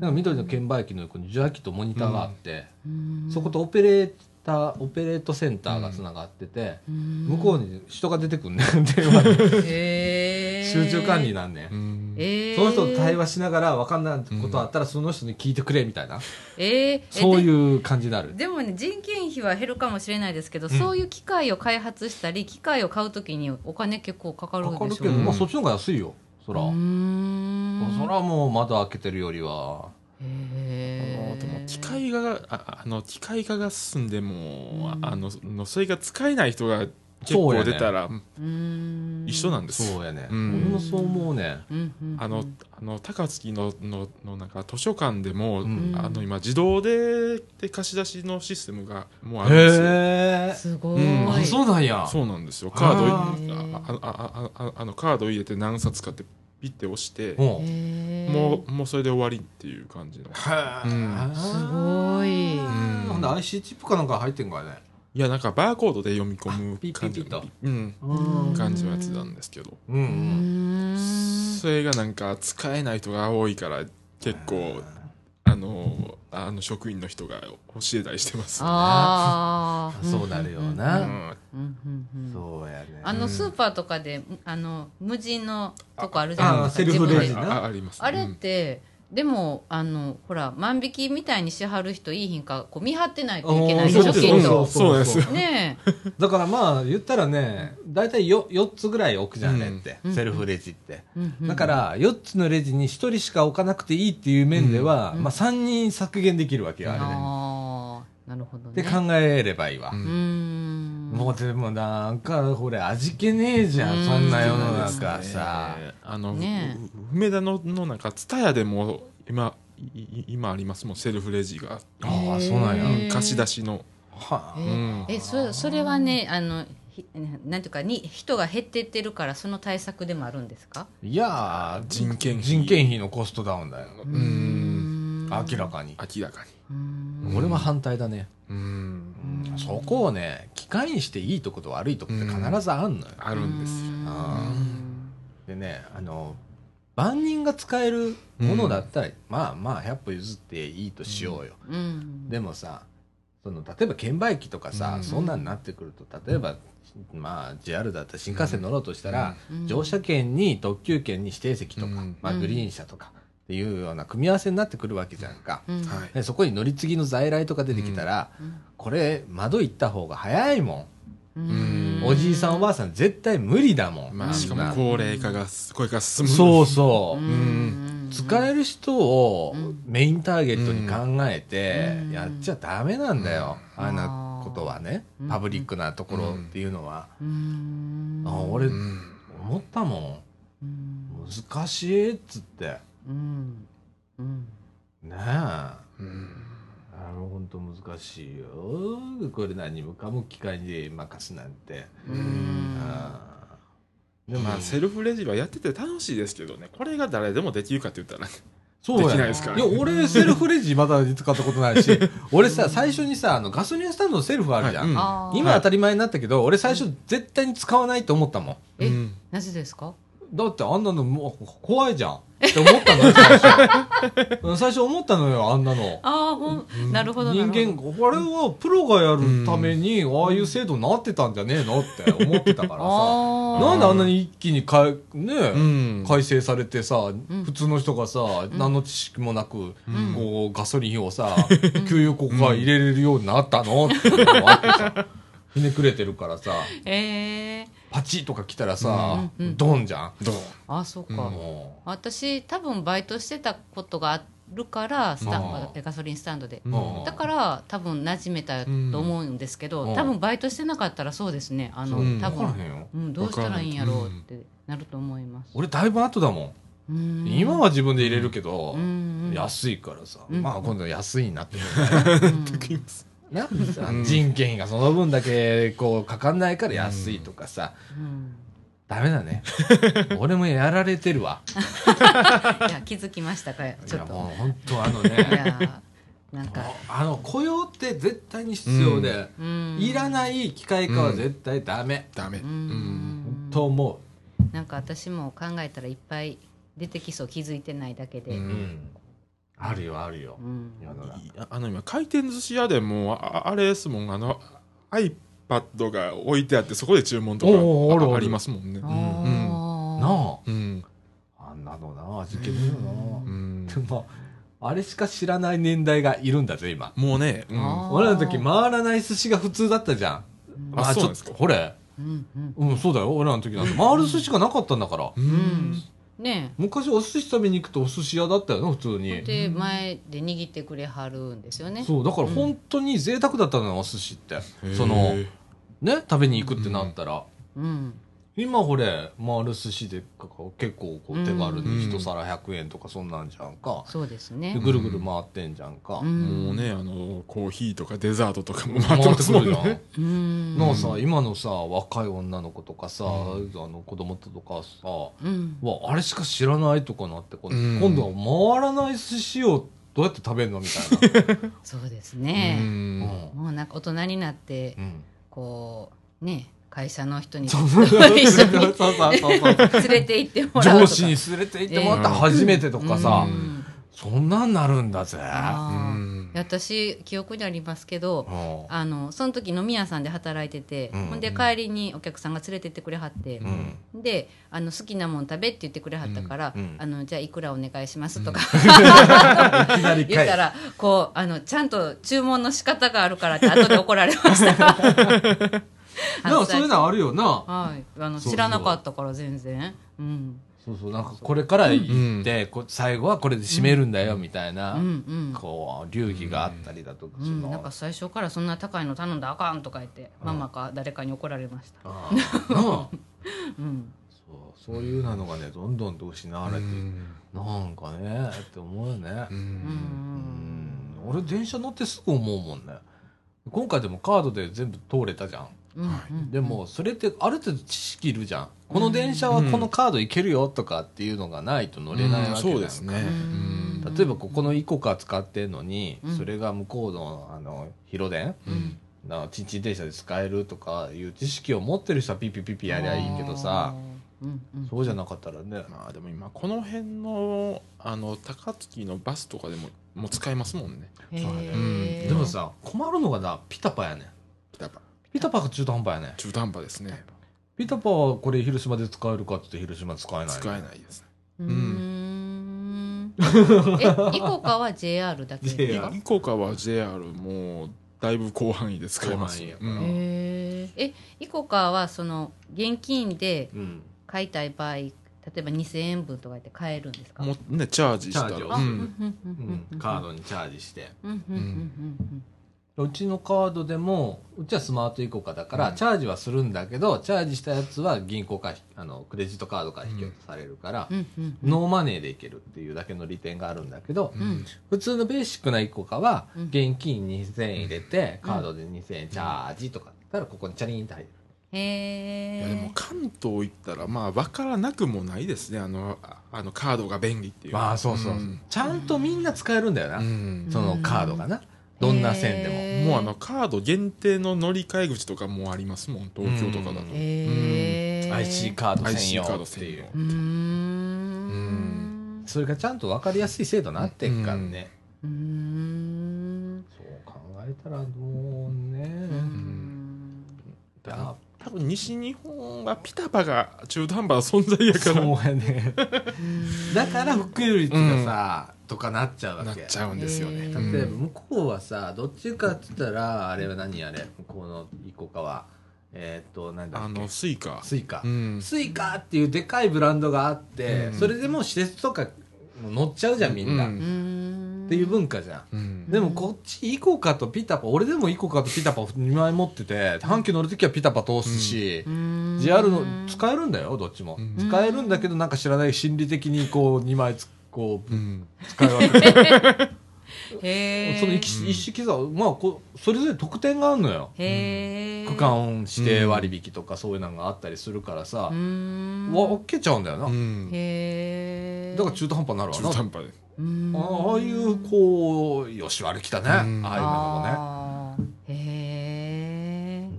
なんか緑の券売機の横に受話器とモニターがあって、うんそことオペレーターオペレートセンターがつながってて、向向こうに人が出てくんねん 電話でへー集中管理なんねん、うんえー、その人と対話しながら分かんないことあったらその人に聞いてくれみたいな、えー、そうういう感じになるでもね人件費は減るかもしれないですけど、そういう機械を開発したり機械を買うときにお金結構かかるでかしょかるけうど、んまあ、そっちの方が安いよそら、うーんそらもう窓開けてるよりはへあともうー機械化がああの機械化が進んでもうあののそれが使えない人が結そうや構ね出たらうーん一緒なんですそうやね、うん俺もそう思うねうんうんうんあのあの高槻のののなんか図書館でも、うんあの今自動でで貸し出しのシステムがもうあるんですよ。へえすごい、うんあそうなんやそうなんですよ。カードいあーあああああのカード入れて何冊かってピッて押して、うんへーもうもうそれで終わりっていう感じの。へえすごいうんなんだ IC チップかなんか入ってんかねいやなんかバーコードで読み込むあピッ感じピッのピッうんうん感じのやつなんですけど、ううーんんそれがなんか使えない人が多いから結構あのあの職員の人が教えたりしてます。あ ーそうなるようんうな、んうんうんうんそうやねあうのんスーパーとかであの無人のとこあるじゃないあであすかセルフレジ自分でなああります、あれって、でもあのほら万引きみたいにしはる人いいひんかこう見張ってないといけないでしおょーきっそうとそうそうそね だからまあ言ったらね大体よ4つぐらい置くじゃんねって、うんセルフレジって、え、うんうんだから4つのレジに1人しか置かなくていいっていう面では、うんまあ、3人削減できるわけよあれね、あーなるほどっねて考えればいいわ、うんうーんもうでもなんかほれ味気ねえじゃんそんな世の中さ、ねあの、ねう梅田ののなんか蔦屋でも今いい今ありますもんセルフレジがああそうなんやへえ貸し出しのはあえうんえそそれはねあのひなんていうかに人が減ってってるからその対策でもあるんですかいやー人件費人件費のコストダウンだよううんん明らかに明らかにうん俺は反対だねうんそこをね機械にしていいとこと悪いとこって必ずあんのよあるんですよあでねあの万人が使えるものだったら、まあまあ100歩譲っていいとしようよ、うんでもさその例えば券売機とかさ、うんそんなんなってくると例えばまあ JR だったら新幹線乗ろうとしたら、うん乗車券に特急券に指定席とか、うんまあ、うんグリーン車とかっていうような組み合わせになってくるわけじゃんか、うんはいでそこに乗り継ぎの在来とか出てきたら、うんこれ窓行った方が早いもうんん、おじいさんおばあさん絶対無理だもん、まあしかみんもな高齢化がすこれから進むそうそう、ん使える人をメインターゲットに考えうんてやっちゃダメなんだよ、うんあんなことはね、うんパブリックなところっていうのは、うんあ俺うん思ったもうんん難しいっつってうんうんねえあうんのほんと難しいよこれ何もかも機械に任すなんて、うんあーででもまあセルフレジはやってて楽しいですけどねこれが誰でもできるかって言ったらねそうやできないですからいや俺セルフレジまだ使ったことないし俺さ最初にさあのガソリンスタンドのセルフあるじゃん、はいうんあー今当たり前になったけど、俺最初絶対に使わないと思ったもん。えうんなぜですかだってあんなのもう怖いじゃんって思ったのよ、最初。うん最初思ったのよ、あんなの。ああほんなるほどな人るほど間、あれはプロがやるために、ああいう制度になってたんじゃねえのって思ってたからさ。あーなんであんなに一気にかえねえうん改正されてさ、ん普通の人がさ、何の知識もなく、んこうガソリンをさ、給油口から入れれるようになったのっていうのもあってさ、ひねくれてるからさ。ええパチッとか来たらさ、うんうんドンじゃん、どうあそうか、うんも私多分バイトしてたことがあるからスタンドだってガソリンスタンドで、ううんだから多分馴染めたと思うんですけど、うん多分バイトしてなかったらそうですねあの、うん多分から分、へんようん、どうしたらいいんやろうってなると思います、俺だいぶ後だもうんん、今は自分で入れるけど、うん安いからさ、うんまあ今度安いなって、うんなあの人件費がその分だけこうかかんないから安いとかさ、うんダメだ ね俺もやられてるわいや気づきましたかいちょやっもとう本当あのいねやなんか、あの雇用って絶対に必要で、うん、いらない機械化は絶対ダメ、ダメうほんんと思うなんか私も考えたらいっぱい出てきそう気づいてないだけで、うんあるよあるよ、うん世の中いやあの今回転寿司屋でもああれですもんあの iPad が置いてあってそこで注文とかおうおうあるあるあありますもんね。あーなあうんあんなのな味気ねえような、んでもあれしか知らない年代がいるんだぜ今もうね、うんあー俺らの時回らない寿司が普通だったじゃんあまそちうなんょでっすとかほれうんうんうんそうだよ俺らの時 なんて回る寿司がなかったんだからうんね昔お寿司食べに行くとお寿司屋だったよな普通えにで前で握ってくれはるんですよねそうだから本当に贅沢だったのよお寿司ってへーそのね食べに行くってなったら、うん今ほれ回る寿司でか結構こう手軽に一皿100円とかそんなんじゃんか、そうですでねぐるぐる回ってんじゃんか、うんもうねあのコーヒーとかデザートとかも回回ってっまてすくもるんじゃん、ね。うんのさ今のさ若い女の子とかさ、うあの子供とかさうんわあれしか知らないとかなって、このうん今度は回らない寿司をどうやって食べるのみたいな、そうですうねうんんもうなんか大人になってうん、こうね会社の人に 一そうそう緒そうそうにそうそう連れて行ってもらうとか上司に連れて行ってもらったら初めてとかさ、うんそんなんなるんだぜ、うあーん私記憶にありますけどうんあのその時飲み屋さんで働いてて、うんほんで帰りにお客さんが連れてってくれはって、うんであの好きなもん食べって言ってくれはったから、うんうんあのじゃあいくらお願いしますとか、いきなり 言っ返たらこうあのちゃんと注文の仕方があるからって後で怒られました あなのあそういうのあるよなはい、あのそう知らなかったから全然、うん、そうそうなんかこれから行って、こ最後はこれで締めるんだよみたいな、うんうんこう流儀があったりだとか、うそん、のなんか最初からそんな高いの頼んだらあかんとか言って、ママか誰かに怒られました。あーなあうん、そうそういうなのがねどんどんと失われていく、なんかねって思うよね、うん、うん俺電車乗ってすぐ思うもんね今回でもカードで全部通れたじゃん、うん、うんで、もそれってある程度知識いるじゃんこの電車はこのカード行けるよとかっていうのがないと乗れないわけだそうですねうん例えばここのイコカ使ってんのに、うんそれが向こうのあの広電うん、なちんちん電車で使えるとかいう知識を持ってる人はピッピッピッピやりゃいいけどさあー、うんうん、そうじゃなかったらねまあでも今この辺のあの高槻のバスとかでももう使えますもんねへーうんでも、さ困るのがなピタパやねんやっぱピタパが中途半端やねん中途半端ですねピタパはこれ広島で使えるかって言って広島使えない使えないですううんん、え、イコカは JR だけです JR かね。イコカは JR もうだいぶ広範囲で使えます広う範囲やんへーえ、イコカはその現金でうん買いたい場合、例えば2000円分とか言って買えるんですかもうねチャージしたチャージをらあううんんうんううんうんんカードにチャージしてうんうんうんうんうちのカードでもうちはスマートイコカだから、うんチャージはするんだけどチャージしたやつは銀行かあのクレジットカードから引き落とされるから、うんうんうんノーマネーでいけるっていうだけの利点があるんだけど、ううんん普通のベーシックなイコカはうん現金2000円入れて、うんカードで2000円チャージとかだったらここにチャリンって入る、へいやえ。でも関東行ったらまあ分からなくもないですねあのああのカードが便利っていうまあそうそう、んちゃんとみんな使えるんだよな、うんそのカードがな、どんな線でも。へーもうあのカード限定の乗り換え口とかもありますもん東京とかだと、へえ。 IC カード専 IC 用カードって専い用ううーん。それがちゃんと分かりやすい制度になってっからね、うーん。そう考えたらどうね、だから多分西日本はピタパが中途半端な存在やそかうらやねだから普及率がさ、とかなっちゃうわけなっちゃうんですよね、へ例うんえば向こうはさどっちかっつったらあれは何あれ向こうのイコカはえーっとなんだあっけのスイカスイカ、うんスイカっていうでかいブランドがあって、うんそれでもう施設とかもう乗っちゃうじゃんみんな、うっうーん。ていう文化じゃんうんでもこっちイコカとピタパ俺でもイコカとピタパ2枚持ってて阪急乗るときはピタパ通すし、うーん。 JR の使えるんだよどっちも、うん使えるんだけどなんか知らない心理的に こう2枚つこううん使い分けて、へえ。その一式一式さまあこうそれぞれ特典があるのよへえ。区。間指定割引とかそういうのがあったりするからさうー、ん。わ分けちゃうんだよな、うんへえ。だから中途半端になる中わ途な半端でうーん。ああいうこうよし悪きたね、うんああいうのもねああ。へえ。うん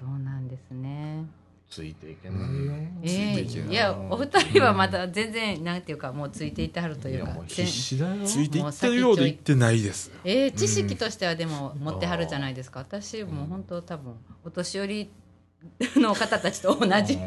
そうなんですね。ついていけないよ、うんついえてえいけないいやお二人はまた全然なんていうかもうついていってはるといいうやかもう必死だよついていってるようで言ってないですえー知識としてはでも持ってはるじゃないですか、私もう本当多分お年寄りの方たちと同じ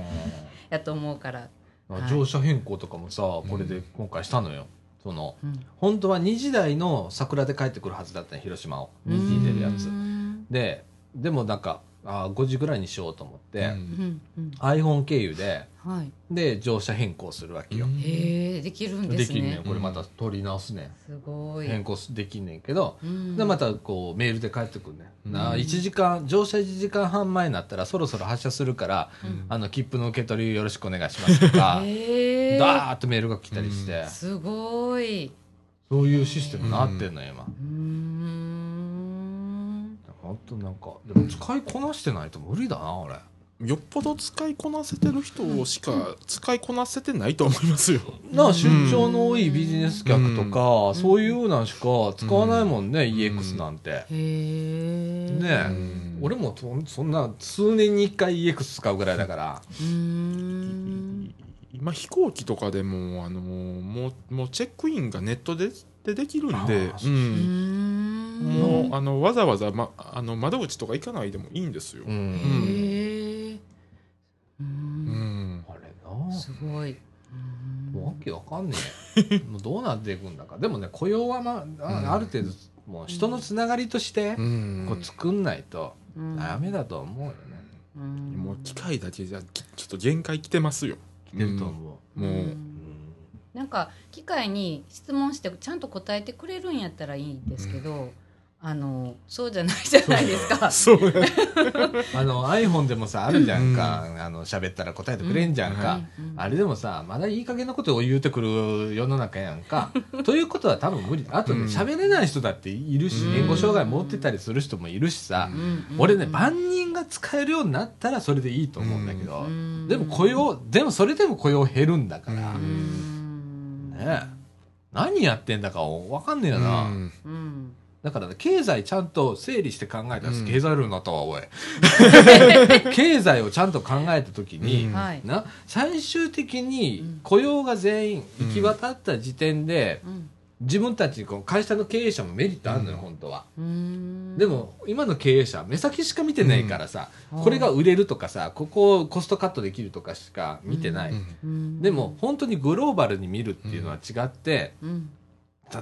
やと思うから、はい乗車変更とかもさこれで今回したのよ、そのうん、本当は2時台の桜で帰ってくるはずだったの広島を2時に出るやつうんででもなんかあー5時ぐらいにしようと思って、うんうん、 iPhone 経由ではいで乗車変更するわけよ、うんへえできるんでですきんねねんこれまた取り直すね、すごん、い、変更すできんねんけど、うんでまたこうメールで返ってくるね、うんな1時間乗車1時間半前になったらそろそろ発車するから、うんあの切符の受け取りよろしくお願いしますとか、 へえダーッとメールが来たりして、すごいうそういうシステムになってんのよ今ーん本当なんかでも使いこなしてないと無理だな俺よっぽど使いこなせてる人しか使いこなせてないと思いますよなあ出張の多いビジネス客とか、そういうようなんしか使わないもんね、EX なんて、へえねえ、うん俺もそそんな数年に1回 EX 使うぐらいだからうーん今飛行機とかでもあのもうもうチェックインがネットででできるんであ、う、ーうんんもうあのわざわざ、ま、あの窓口とか行かないでもいいんですよ、ううんん、へえううんんあれなすごいうんもうわけわかんねえ もうどうなっていくんだかでもね雇用は、まあうんあ、ある程度もう人のつながりとしてうんこう作んないとうんダメだと思うよね、うんもう機械だけじゃきちょっと限界来てますよ、きてると思もう、う、うんなんか機械に質問してちゃんと答えてくれるんやったらいいですけど、あのそうじゃないじゃないです か。そうやねあの iPhone でもさあるじゃんか、あの喋ったら答えてくれんじゃんか、うんうんあれでもさまだいい加減なことを言うてくる世の中やんかということは多分無理だあとうねん喋れない人だっているしうん言語障害持ってたりする人もいるしさうんうんうん俺ね万人が使えるようになったらそれでいいと思うんだけどうんでも雇用でもそれでも雇用減るんだかうらうねん何やってんだか分かんねえよな、うんうんだからね、経済ちゃんと整理して考えたら、うん経済論になったわ、おい。経済をちゃんと考えたときに、うんはい。な、最終的うにん雇用が全員うん行き渡った時点で、うん自分たちにこの会社の経営者もメリットあるのよ、うん本当は。うんでも、今の経営者は目先しか見てないからさ、うんこれが売れるとかさ、ここをコストカットできるとかしか見てない。うんうんでも、本当にグローバルに見るっていうのは違って、うん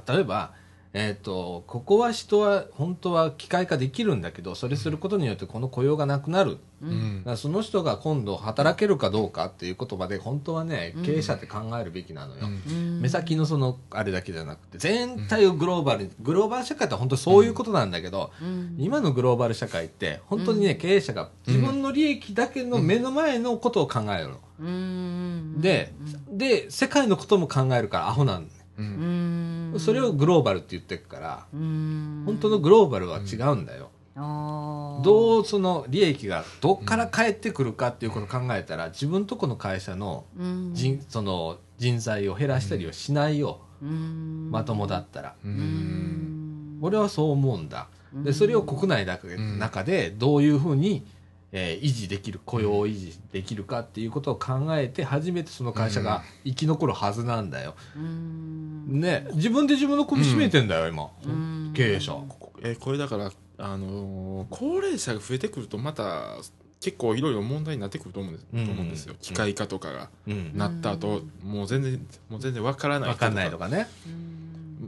例えば、えー、とここは人は本当は機械化できるんだけどそれすることによってこの雇用がなくなるううんだんからその人が今度働けるかどうかっていう言葉で本当はねうん経営者って考えるべきなのよ、うん目先のそのあれだけじゃなくて全体をグローバルにグローバル社会って本当そういうことなんだけど、うん今のグローバル社会って本当にね、うん経営者が自分の利益だけの目の前のことを考えるの、うんでで世界のことも考えるからアホなんだよううんんそれをグローバルって言ってくから、うん本当のグローバルは違うんだよ、あーどうその利益がどっから返ってくるかっていうことを考えたら自分とこの会社のうん人,、その人材を減らしたりはしないよ、うんまともだったら、ううんん俺はそう思うんだ、うんでそれを国内だけ、ん中でどういうふうに、えー維持できる雇用を維持できるかっていうことを考えて初めてその会社が生き残るはずなんだよ、うんね自分で自分の首絞めてんだよ今、うん経営者、えーこれだから、あのー高齢者が増えてくるとまた結構いろいろ問題になってくると思うんです,、うんと思うんですよ機械化とかが、うん、なった後、もう全然もう全然わからない分かんないとかね、うん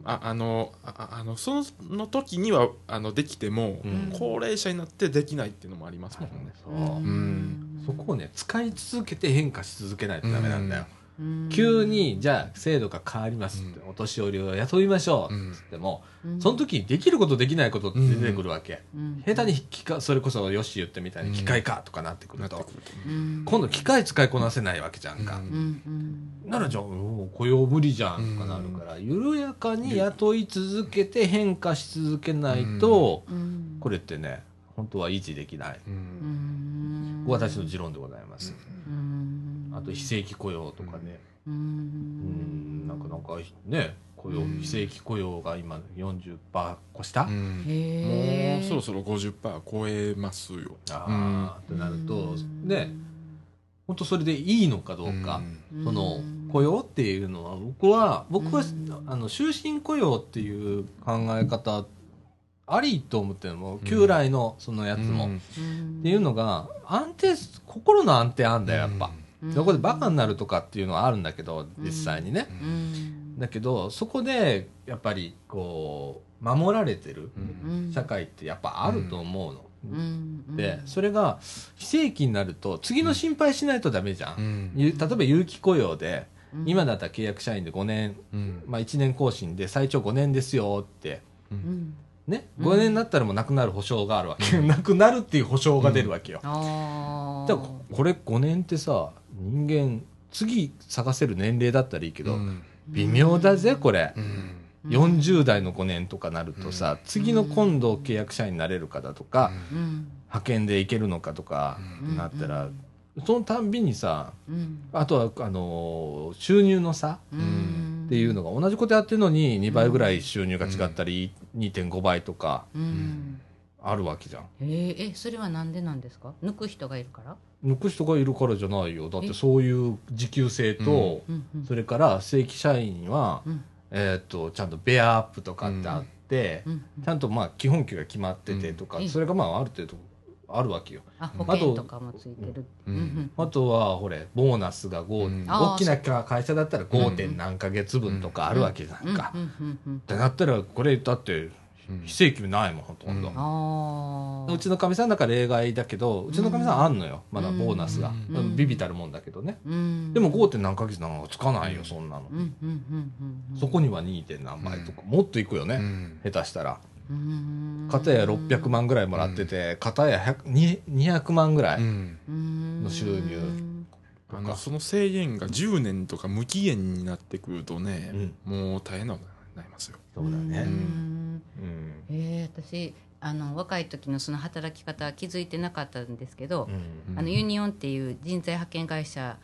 ああのああのその時にはあのできても、うん高齢者になってできないっていうのもありますもんね。そううんそこをね使い続けて変化し続けないとダメなんだよ、うん急にじゃあ制度が変わりますって、うお年寄りを雇いましょううんっつっても、うんその時にできることできないことって出てくるわけ、うん下手に機械それこそよし言ってみたいに機械化とかなってくなるってと、くるとうん今度機械使いこなせないわけじゃんか、うんうんうんならじゃあもう雇用無理じゃんとかなるから、緩やかに雇い続けて変化し続けないと、うんこれってね本当は維持できない、うんうん私の持論でございます、うんあと非正規雇用とかね、ううんんなんかなんかね雇用うん非正規雇用が今40%越した、うんへもーうそろそろ50%超えますよ。あーってなるとうんね本当それでいいのかどうか、うんその雇用っていうのは僕は僕はうんあの終身雇用っていう考え方ありと思ってるのも旧来のそのやつも、っうんていうのが安定心の安定あんだよやっぱ、うんそこでバカになるとかっていうのはあるんだけど実際にね、うんだけどそこでやっぱりこう守られてるうん社会ってやっぱあると思うの、うんでそれが非正規になると次の心配しないとダメじゃん、んゆ例えば有期雇用でうん今だったら契約社員で5年、うんまあ、1年更新で最長5年ですよってうんねうん5年になったらもうなくなる保証があるわけ、なくなるっていう保証が出るわけよ、あーだからこれ5年ってさ人間次探せる年齢だったらいいけど、うん微妙だぜこれ、うん40代の5年とかなるとさ、次の今度契約社員になれるかだとか、うん派遣で行けるのかとかうんなったら、そのたんびにさうんあとはあのー収入の差うんっていうのが同じことやってるのに2倍ぐらい収入が違ったり、2.5倍とかうんあるわけじゃん。えーえそれはなんでなんですか抜く人がいるから抜く人がいるからじゃないよだってえそういう時給制と、うんうんそれから正規社員は、うんえー、とちゃんとベアアップとかってあって。うんちゃんとまあ基本給が決まっててとか、うんそれがまあある程度あるわけよ。あ保険とかもついてるってうんうんあとはほれボーナスが5、うんあー大きな会社だったら 5. 点何ヶ月分とかあるわけじゃうんんか。うっんうんうんてなったらこれだって非正規ないもんほとんど。うんだあかうちのかみさんなんか例外だけどうちのかみさんあんのよまだボーナスが、うんうんビビたるもんだけどねうんでも 5. 点何ヶ月なんかつかないよそんなの、うんうんうんうんそこには 2. 点何倍とか、もっといくよね、うん下手したらうん片や600万ぐらいもらってて、片や100に200万ぐらい、うんの収入あのその制限が10年とか無期限になってくるとね、もう大変なことになりますよ。そうだね、んうんえー私あの若い時のその働き方は気づいてなかったんですけど、うんあのユニオンっていう人材派遣会社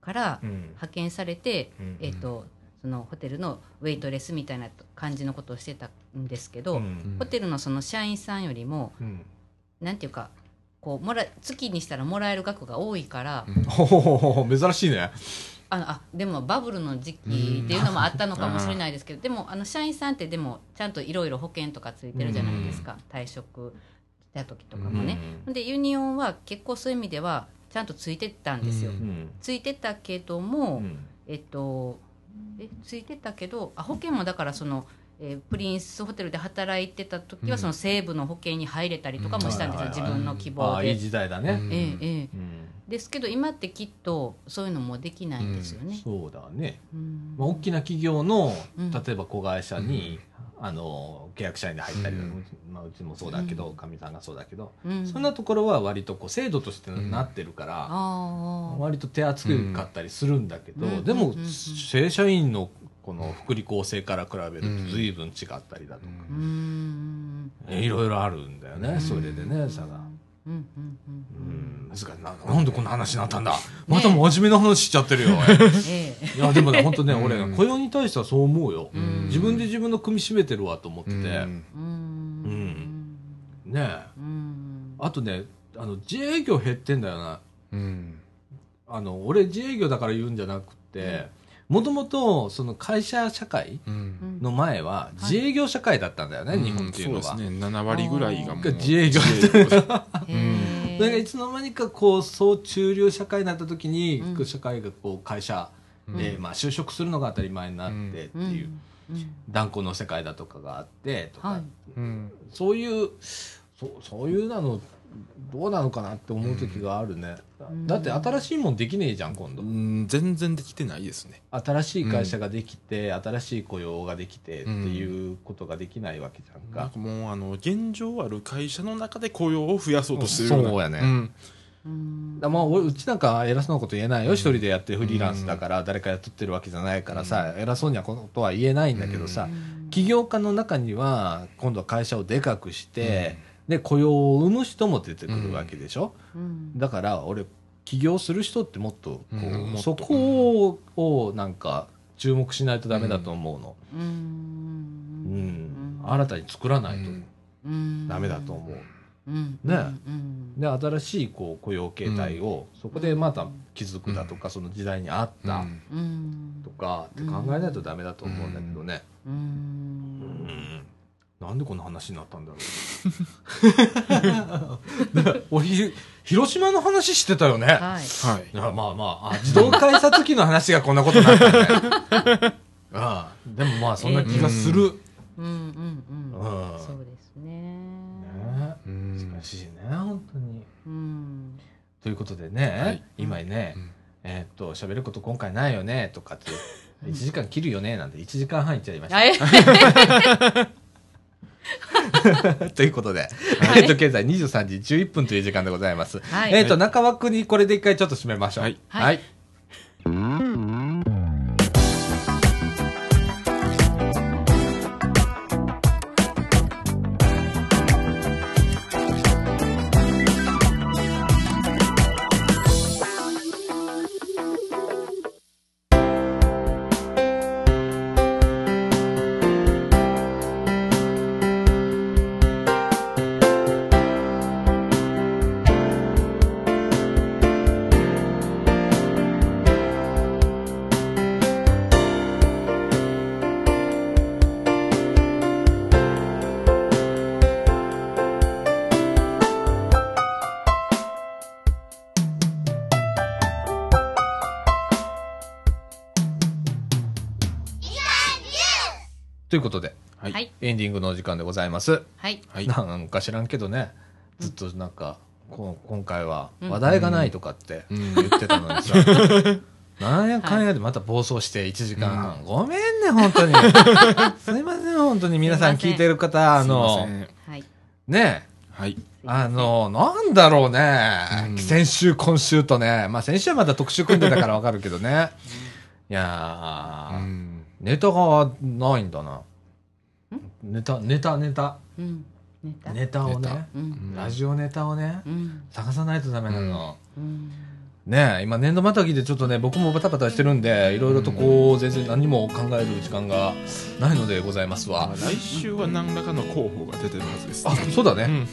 からうん派遣されて、うんえー、とそのホテルのウェイトレスみたいな感じのことをしてたんですけど、うんホテルのその社員さんよりもうんなんていうかこうもら月にしたらもらえる額が多いから、ほほほほ珍しいねあのあでもバブルの時期っていうのもあったのかもしれないですけどでもあの社員さんってでもちゃんといろいろ保険とかついてるじゃないですか、退職した時とかもね。でユニオンは結構そういう意味ではちゃんとついてたんですよ。ううんついてたけども、うんえっとえついてたけどあ保険もだからその、えープリンスホテルで働いてた時うは、んその西部の保険に入れたりとかもしたんですよ、うん自分の希あ望あいで。い時代だね、うんええええうんですけど今ってきっとそういうのもできないんですよね。そうだね、うんまあ、大きな企業のうん例えば子会社に、あの契約社員で入ったり、うんまあ、うちもそうだけどうんかみ、さんがそうだけど、うんそんなところは割とこう制度としてんなってるから、ああ割と手厚かったりするんだけど、うんでも、うんうんうん正社員のこの福利厚生から比べるうんと随分違ったりだとか、うーんいろいろあるんだよね、それでね差が。うんうんうんううんん難しいななんでこんな話になったんだ、また真面目な話しちゃってるよ、おい ええいやでもね本当ねうん俺雇用に対してはそう思うよ、ん自分で自分の組み締めてるわと思ってて、ねうーんえうんあとねあの自営業減ってんだよなうんあの俺自営業だから言うんじゃなくてもともとその会社社会うんの前は自営業社会だったんだよね、日本っていうのは。そうですね7割ぐらいがもうが自営業 へそれがいえつの間にかこうそう中流社会になった時に、うんこう社会がこう会社で、うまあ、就職するのが当たり前になってっていう、うん断固の世界だとかがあってとか、はいうんそういうそそういうなのどうなのかなって思う時があるね、んだって新しいもんできねえじゃん今う度、ん全然できてないですね新しい会社ができて、新しい雇用ができてってうんいうことができないわけじゃんなんか、かもうあの現状ある会社の中で雇用を増やそうとしてるそうやねんうんだまあ俺うちなんか偉そうなこと言えないよ、一人でやってフリーランスだから誰か雇ってるわけじゃないからさ、偉そうにはことは言えないんだけどさ、うん起業家の中には今度は会社をでかくして、で雇用を生む人も出てくるわけでしょ、うんだから俺起業する人ってもっとこう、うんもっとそこををなんか注目しないとダメだと思うの、ううんん新たに作らないとうんうんダメだと思う、うんねうんで新しいこう雇用形態をそこでまた気づくだとか、その時代に合っうたんうんとかって考えないとダメだと思うんだけどね、ううんんなんでこんな話になったんだろう だから俺ひ広島の話してたよね、はいはいいやまあまああ自動改札機の話がこんなことになったね ああでもまあそんな気がする、うんうんうんうんそうですねねうん難しいね本当にうんということでね、はい今ね、うんえーっと喋ること今回ないよねとかって1時間切るよねなんて1時間半いっちゃいましたあえということで、はいえーっと現在23時11分という時間でございます、はいえーっと中枠にこれで一回ちょっと締めましょうはいはいはいということではいはいエンディングのお時間でございますはいはいなんか知らんけどねずっとなんか、こ今回はうん話題がないとかってうん言ってたのにさ、 なんやかんやでまた暴走して1時間半、ごめんね本 当にすいません本当に皆さん聞いてる方あすいのませんはい。ねえはいあの、なんだろうね。うん先週、今週とね。まあ先週はまだ特集組んでたからわかるけどね。いやー、うんネタがないんだな。ネタ、ネタ、ネタ。うん。ネタ。ネタをね。う。うんんラジオネタをね、うん。探さないとダメなの。うん。ねえ、今年度またぎでちょっとね、僕もバタバタしてるんで、いろいろとこう、全然何も考える時間がないのでございますわ。来週は何らかの候補が出てるはずですあ、そうだうね。んうん。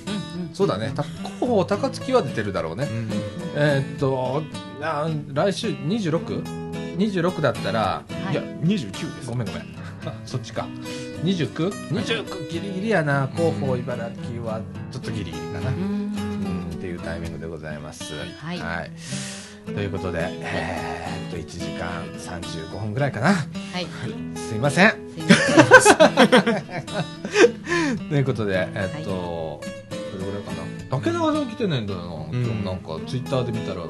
そうだね。た候補、高槻は出てるだろうね。うんえーっとあー来週 26?26 だったらはいいやや。 29ですごめんごめん あそっちか 29?29 ギリギリやな広報茨城はちょっとギリギリかな、ううんん。っていうタイミングでございますはいということでえーっと1時間35分ぐらいかなはい。すいませんすいません。ということでえーっと、どれぐらいかなだけなが来てないんだよな、ん今日なんかツイッターで見たら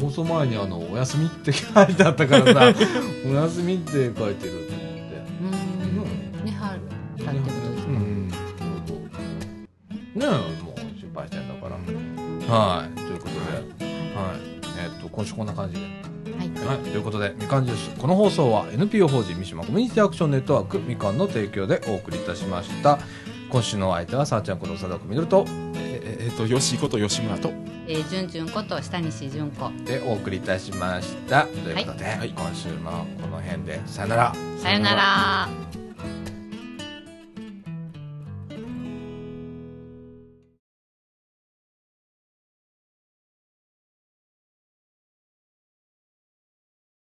放送前にあの「おやすみ」って書いてあった からさ「おやすみ」って書いてると思ってうん。ねはる。たってことですう。んねえもう失敗してんだからはいということで、はいえーっと今週こんな感じで。はい。はい、ということでみかんジュースこの放送は NPO 法人三島コミュニティアクションネットワークみかんの提供でお送りいたしました今週のお相手はさあちゃんこと佐藤みどるとえええっと吉井こと吉村とえー、じゅんじゅんこと下西じゅんこ。でお送りいたしましたということで、今週もこの辺でさよならさよなら。